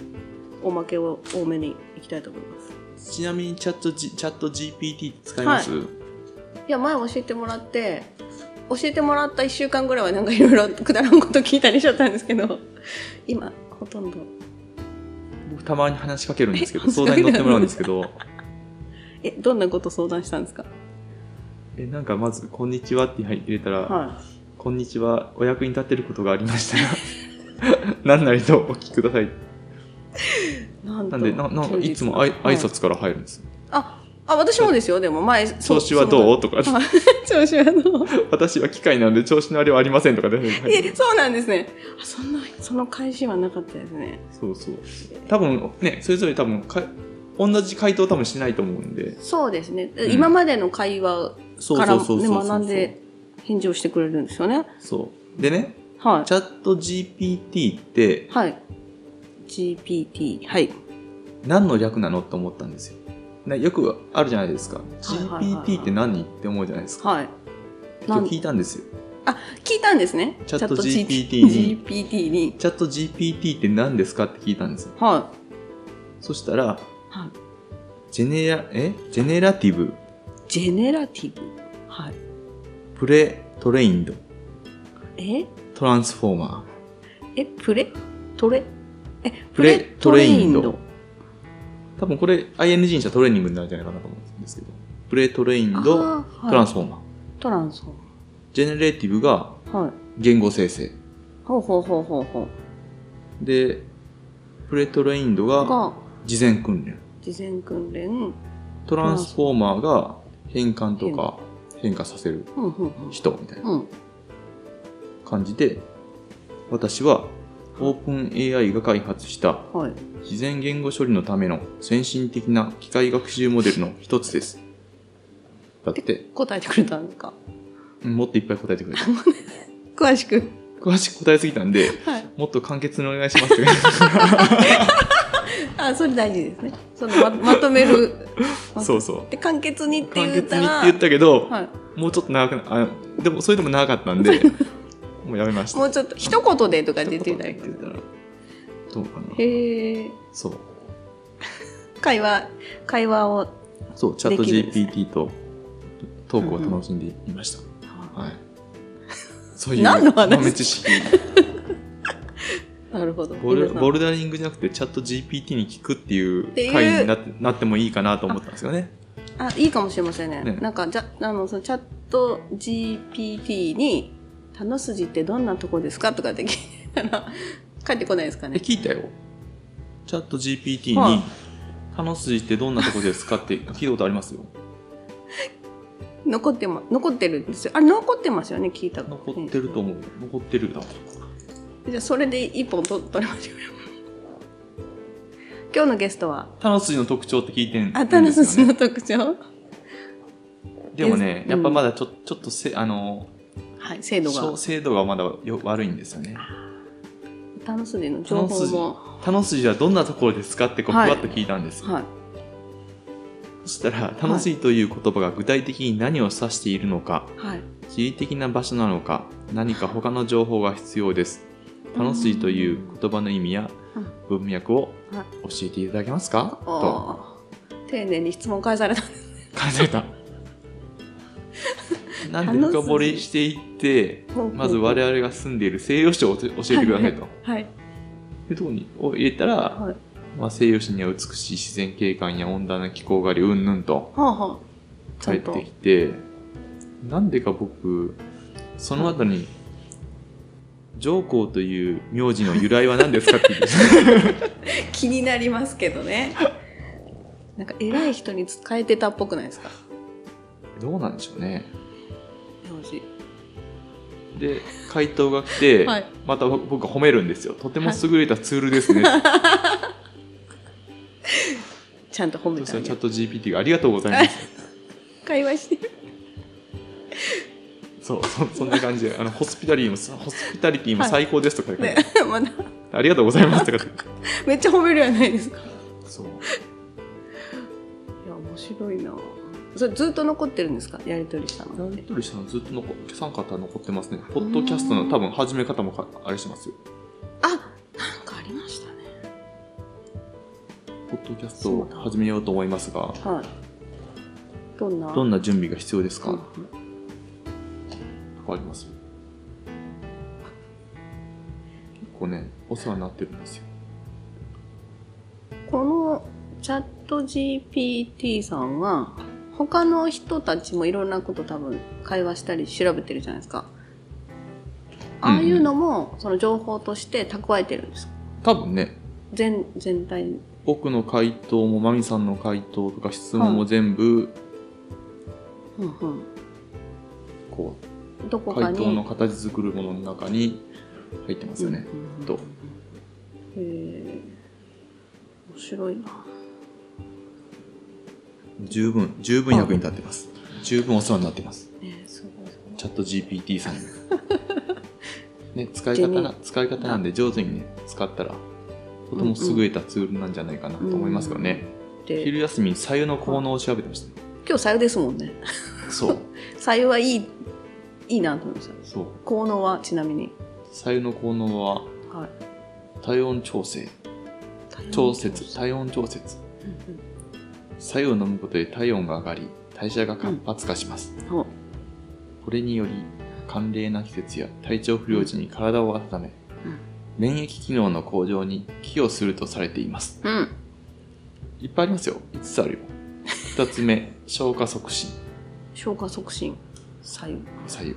Speaker 2: おまけを多めにいきたいと思います。
Speaker 1: ちなみに、チャット、G、チャット GPT 使います、
Speaker 2: いや前教えてもらって教えてもらった1週間ぐらいはなんかいろいろくだらんこと聞いたりしちゃったんですけど [laughs] 今ほとんど
Speaker 1: 僕、たまに話しかけるんですけど、
Speaker 2: え
Speaker 1: 相談に乗ってもらうんですけ [laughs] ど、
Speaker 2: えどんなこと相談したんですか
Speaker 1: え、なんかまず、こんにちはって入れたら、
Speaker 2: は
Speaker 1: こんにちは。お役に立てることがありましたら、 [laughs] 何なりとお聞きください。
Speaker 2: なん
Speaker 1: な
Speaker 2: と
Speaker 1: んで、ななんかいつもあい挨拶から入るんですよ。
Speaker 2: ああ私もですよでも前そう
Speaker 1: 調子はどうとか、
Speaker 2: そうなん調子はどう [laughs]
Speaker 1: 私は機械なんで調子のあれはありませんとかで、
Speaker 2: いえそうなんですねあそんなその返しはなかったですね
Speaker 1: そうそう。多分ね、それぞれ多分か、同じ回答多分しないと思うんで。
Speaker 2: そうですね、
Speaker 1: ん
Speaker 2: 今までの会話
Speaker 1: そう
Speaker 2: か
Speaker 1: そ
Speaker 2: ら
Speaker 1: うそう
Speaker 2: ね
Speaker 1: そうそう。
Speaker 2: 学んで返事をしてくれるんですよね
Speaker 1: そう。でね、
Speaker 2: は
Speaker 1: チャット GPT って
Speaker 2: いはい GPT はい
Speaker 1: 何の略なのって思ったんですよ。なよくあるじゃないですか。
Speaker 2: いはいはいはい
Speaker 1: GPT って何って思うじゃないですか。
Speaker 2: はいなん
Speaker 1: 今日聞いたんですよ。
Speaker 2: 聞いたんですね
Speaker 1: チャット
Speaker 2: G-
Speaker 1: GPT に
Speaker 2: GPT に
Speaker 1: チャット GPT って何ですかって聞いたんですよ。
Speaker 2: は
Speaker 1: そしたら、
Speaker 2: い、はい、
Speaker 1: ジェネラ、えジェネラティブ、
Speaker 2: ジェネラティブはい
Speaker 1: プレ、トレインド、
Speaker 2: え
Speaker 1: トランスフォーマ
Speaker 2: えプレトレえ
Speaker 1: プレトレインド
Speaker 2: トレ
Speaker 1: ー。多分これ ING にしたらトレーニングになるんじゃないかなと思うんですけど。プレ、トレイン
Speaker 2: インド
Speaker 1: ド、
Speaker 2: あーはい
Speaker 1: トランスフォーマー。
Speaker 2: トランスフォー
Speaker 1: ジェネレーティブが
Speaker 2: マーはい
Speaker 1: 言語生成。
Speaker 2: ほうほうほうほうほ
Speaker 1: で、プレ、トレインド
Speaker 2: う
Speaker 1: が
Speaker 2: が
Speaker 1: 事前訓練。
Speaker 2: 事前訓練うん
Speaker 1: トランスフォーマーが変換とか変化させる
Speaker 2: うんうん
Speaker 1: 人みたいな
Speaker 2: うん
Speaker 1: 感じで、私は OpenAI が開発した
Speaker 2: はい
Speaker 1: 自然言語処理のための先進的な機械学習モデルの一つです。だって、
Speaker 2: 答えてくれたんですか
Speaker 1: うんもっといっぱい答えてくれた。
Speaker 2: 詳しく
Speaker 1: 詳しく答えすぎたんで、
Speaker 2: はい
Speaker 1: もっと簡潔にお願いしますって感じ。
Speaker 2: あそれ大事ですねそのままとめる
Speaker 1: そう
Speaker 2: [laughs]
Speaker 1: うそ
Speaker 2: で簡潔にっ
Speaker 1: う。
Speaker 2: て
Speaker 1: 簡
Speaker 2: 言
Speaker 1: 潔にっ
Speaker 2: っ
Speaker 1: たて
Speaker 2: ら
Speaker 1: 言ったけど、
Speaker 2: はい、
Speaker 1: もうちょっと長くな、あ、でもそれでも長かったん
Speaker 2: [laughs]
Speaker 1: で、もうやめました。
Speaker 2: もうちょっと一言でとか
Speaker 1: 一
Speaker 2: 出
Speaker 1: 言
Speaker 2: ていただい
Speaker 1: ってて言ったら、どうかな。
Speaker 2: へえ
Speaker 1: そう。
Speaker 2: 会話会話を
Speaker 1: そう、チャット
Speaker 2: できるんですね
Speaker 1: GPT とトークを楽しんでいました。
Speaker 2: [laughs]
Speaker 1: はい。そういう
Speaker 2: 何の話
Speaker 1: 豆知識。
Speaker 2: なるほど
Speaker 1: ボル
Speaker 2: 皆さん
Speaker 1: ボルダリングじゃなくてチャット GPT に聞くっていう
Speaker 2: ていう
Speaker 1: 回になってなってもいいかなと思ったんですよね。
Speaker 2: あいいかもしれませんね
Speaker 1: ね
Speaker 2: なんかじゃあのそのチャット GPT に「楽すじってどんなとこですか?」とかって聞いたら [laughs] 帰ってこないですか
Speaker 1: え、
Speaker 2: ね
Speaker 1: 聞いたよ。チャット GPT
Speaker 2: はい
Speaker 1: に、タノスジってどんなとこですかって聞いたことありますよ。
Speaker 2: 残っても残ってるんですよあれ残ってますよね聞いた
Speaker 1: 残ってると思う。残ってるだ。
Speaker 2: じゃあそれで一本と取りましょうよ [laughs] 今日のゲストは
Speaker 1: タノスジの特徴って聞いてん
Speaker 2: あタナス
Speaker 1: です
Speaker 2: ジ
Speaker 1: よね。
Speaker 2: の特徴
Speaker 1: でもね
Speaker 2: う、ん
Speaker 1: やっぱまだちょちょっとせ、あの、
Speaker 2: はい精度
Speaker 1: 小
Speaker 2: が
Speaker 1: 精度がまだよ悪いんですよね。
Speaker 2: タナスジの情報も
Speaker 1: タノスジはどんなところですかってこうふ
Speaker 2: はい
Speaker 1: わっと聞いたんですよ。
Speaker 2: はい
Speaker 1: そしたら、楽しいという言葉が具体的に何を指しているのか、
Speaker 2: はい
Speaker 1: 地理的な場所なのか何か他の情報が必要です楽しいという言葉の意味や文脈を
Speaker 2: はい
Speaker 1: 教えていただけますかと
Speaker 2: あー丁寧に質問返された
Speaker 1: 感じられ
Speaker 2: [laughs]
Speaker 1: たなんで深掘りしていって
Speaker 2: ほうほうほう
Speaker 1: まず我々が住んでいる西洋史を教えてくださいと
Speaker 2: はい
Speaker 1: いうところにを入れたら、
Speaker 2: はい
Speaker 1: まあ、西洋史には美しい自然景観や温暖な気候がありうんぬんと
Speaker 2: はあはあちゃ
Speaker 1: 帰っ
Speaker 2: んと
Speaker 1: てきてなんでか僕その後に「上皇という名字の由来は何ですか?」って言
Speaker 2: [laughs]
Speaker 1: って
Speaker 2: 気になりますけど [laughs] ねなんか偉い人に使えてたっぽくないですか
Speaker 1: どうなんでしょうね
Speaker 2: 名字
Speaker 1: で回答が来て、
Speaker 2: はい
Speaker 1: また僕僕が褒めるんですよとても優れたツールですね、
Speaker 2: ちゃんと褒め
Speaker 1: そしたた
Speaker 2: ん
Speaker 1: らチ
Speaker 2: で
Speaker 1: ャット GPT が「ありがとうございます
Speaker 2: 会話してる」
Speaker 1: そうそそんな感じであのホスピタリティもさホスピタリティも最高です」とか言って、
Speaker 2: ね [laughs] まだ
Speaker 1: ありがとうございます」とか言って
Speaker 2: めっちゃ褒めるじゃないですかい
Speaker 1: そう
Speaker 2: や面白いなそれずっと残ってるんですかやり取りしたの
Speaker 1: や
Speaker 2: っ
Speaker 1: り
Speaker 2: て
Speaker 1: 取りしたのずっと残っ参加方残ってますねポッドキャストの多分始め方もかあれしてますよ
Speaker 2: あなんかありましたね
Speaker 1: ポッドキャストを始めようと思いますが、
Speaker 2: はいどんな
Speaker 1: どんな準備が必要ですか、
Speaker 2: う
Speaker 1: わ
Speaker 2: ん
Speaker 1: かります結構ね、お世話になってるんですよ。
Speaker 2: このチャット GPT さんは他の人たちもいろんなこと多分会話したり調べてるじゃないですかああいうのも、その情報として蓄えてるんですか
Speaker 1: 多分ね、
Speaker 2: 全、全体に。
Speaker 1: 僕の回答もマミさんの回答とか質問も全部、
Speaker 2: うんうん
Speaker 1: こ
Speaker 2: どこ
Speaker 1: う、
Speaker 2: か
Speaker 1: 回
Speaker 2: に。
Speaker 1: 答の形作るものの中に入ってますよね。
Speaker 2: うんうんうん
Speaker 1: と
Speaker 2: へえ。面白いな。
Speaker 1: 十分、十分役に立ってます。十分お世話になってます。
Speaker 2: ねすごいすごい
Speaker 1: チャット GPT さんに。ね、使い方な、使い方なんで上手にね、使ったら、とても優れたツールなんじゃないかなと思いますけどね。
Speaker 2: で
Speaker 1: 昼休みに左右の効能を調べてました。
Speaker 2: 今日さゆですもんね。 [laughs]
Speaker 1: そう、
Speaker 2: さゆはいい、いいなと思いました。
Speaker 1: そう。
Speaker 2: 効能はちなみに。
Speaker 1: 左右の効能は、
Speaker 2: はい。
Speaker 1: 体温調整、調節、体温調節。
Speaker 2: うん
Speaker 1: 左右を飲むことで体温が上がり、代謝が活発化します。
Speaker 2: うんお
Speaker 1: これにより、寒冷な季節や体調不良時に体を温め、
Speaker 2: うん
Speaker 1: 免疫機能の向上に寄与するとされています。
Speaker 2: うん。
Speaker 1: いっぱいありますよ。5つあるよ。2つ目、 [laughs] 消化促進、
Speaker 2: 消化促進。さゆ。
Speaker 1: 左右。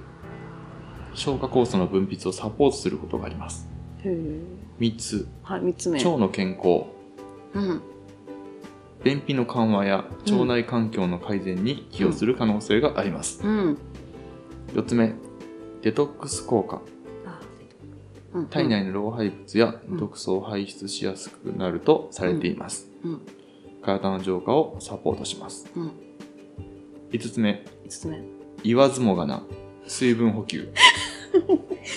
Speaker 1: 消化酵素の分泌をサポートすることがあります。
Speaker 2: へえ。
Speaker 1: 3つ、
Speaker 2: はい、三つ目。
Speaker 1: 腸の健康、
Speaker 2: うん。
Speaker 1: 便秘の緩和や腸内環境の改善に寄与する可能性があります。
Speaker 2: うん。
Speaker 1: 4つ目、デトックス効果。
Speaker 2: あうん
Speaker 1: 体。内の老廃物や毒素を排出しやすくなるとされています。
Speaker 2: うん。
Speaker 1: 体の浄化をサポートします。
Speaker 2: うん。
Speaker 1: 5つ目、
Speaker 2: 五つ目。
Speaker 1: 言わずもがな、水分補給。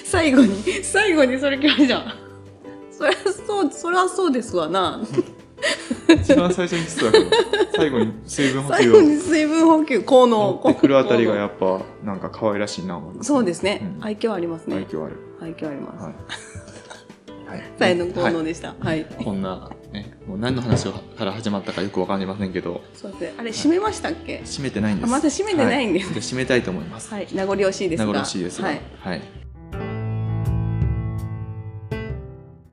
Speaker 2: 最後に、最後にそれ来ました。 [laughs] そりゃそう、そりゃそうですわな。
Speaker 1: 一番最初に実はこの最後に水分補
Speaker 2: 最
Speaker 1: 給
Speaker 2: 後
Speaker 1: を
Speaker 2: に水分補給、効能。
Speaker 1: 持ってくるあたりがや
Speaker 2: っ
Speaker 1: っぱなんか可愛らしいな思います
Speaker 2: そうですね。
Speaker 1: うん
Speaker 2: 愛嬌あります
Speaker 1: 愛
Speaker 2: ね。
Speaker 1: 嬌ある
Speaker 2: 愛嬌あります。
Speaker 1: はい、はい
Speaker 2: さゆの効能
Speaker 1: は
Speaker 2: でした。はい。
Speaker 1: いこんなねもう何の話をから始まったかよくわかりませんけど
Speaker 2: そうですね。あれ、閉めましたっけ
Speaker 1: 締めてないんで
Speaker 2: あ
Speaker 1: す
Speaker 2: まだ閉めてないんで
Speaker 1: は
Speaker 2: す。
Speaker 1: じゃあ締めたいと思います、
Speaker 2: はい。名残惜しいです
Speaker 1: 名
Speaker 2: が。
Speaker 1: 残惜しいですが
Speaker 2: はい。
Speaker 1: はい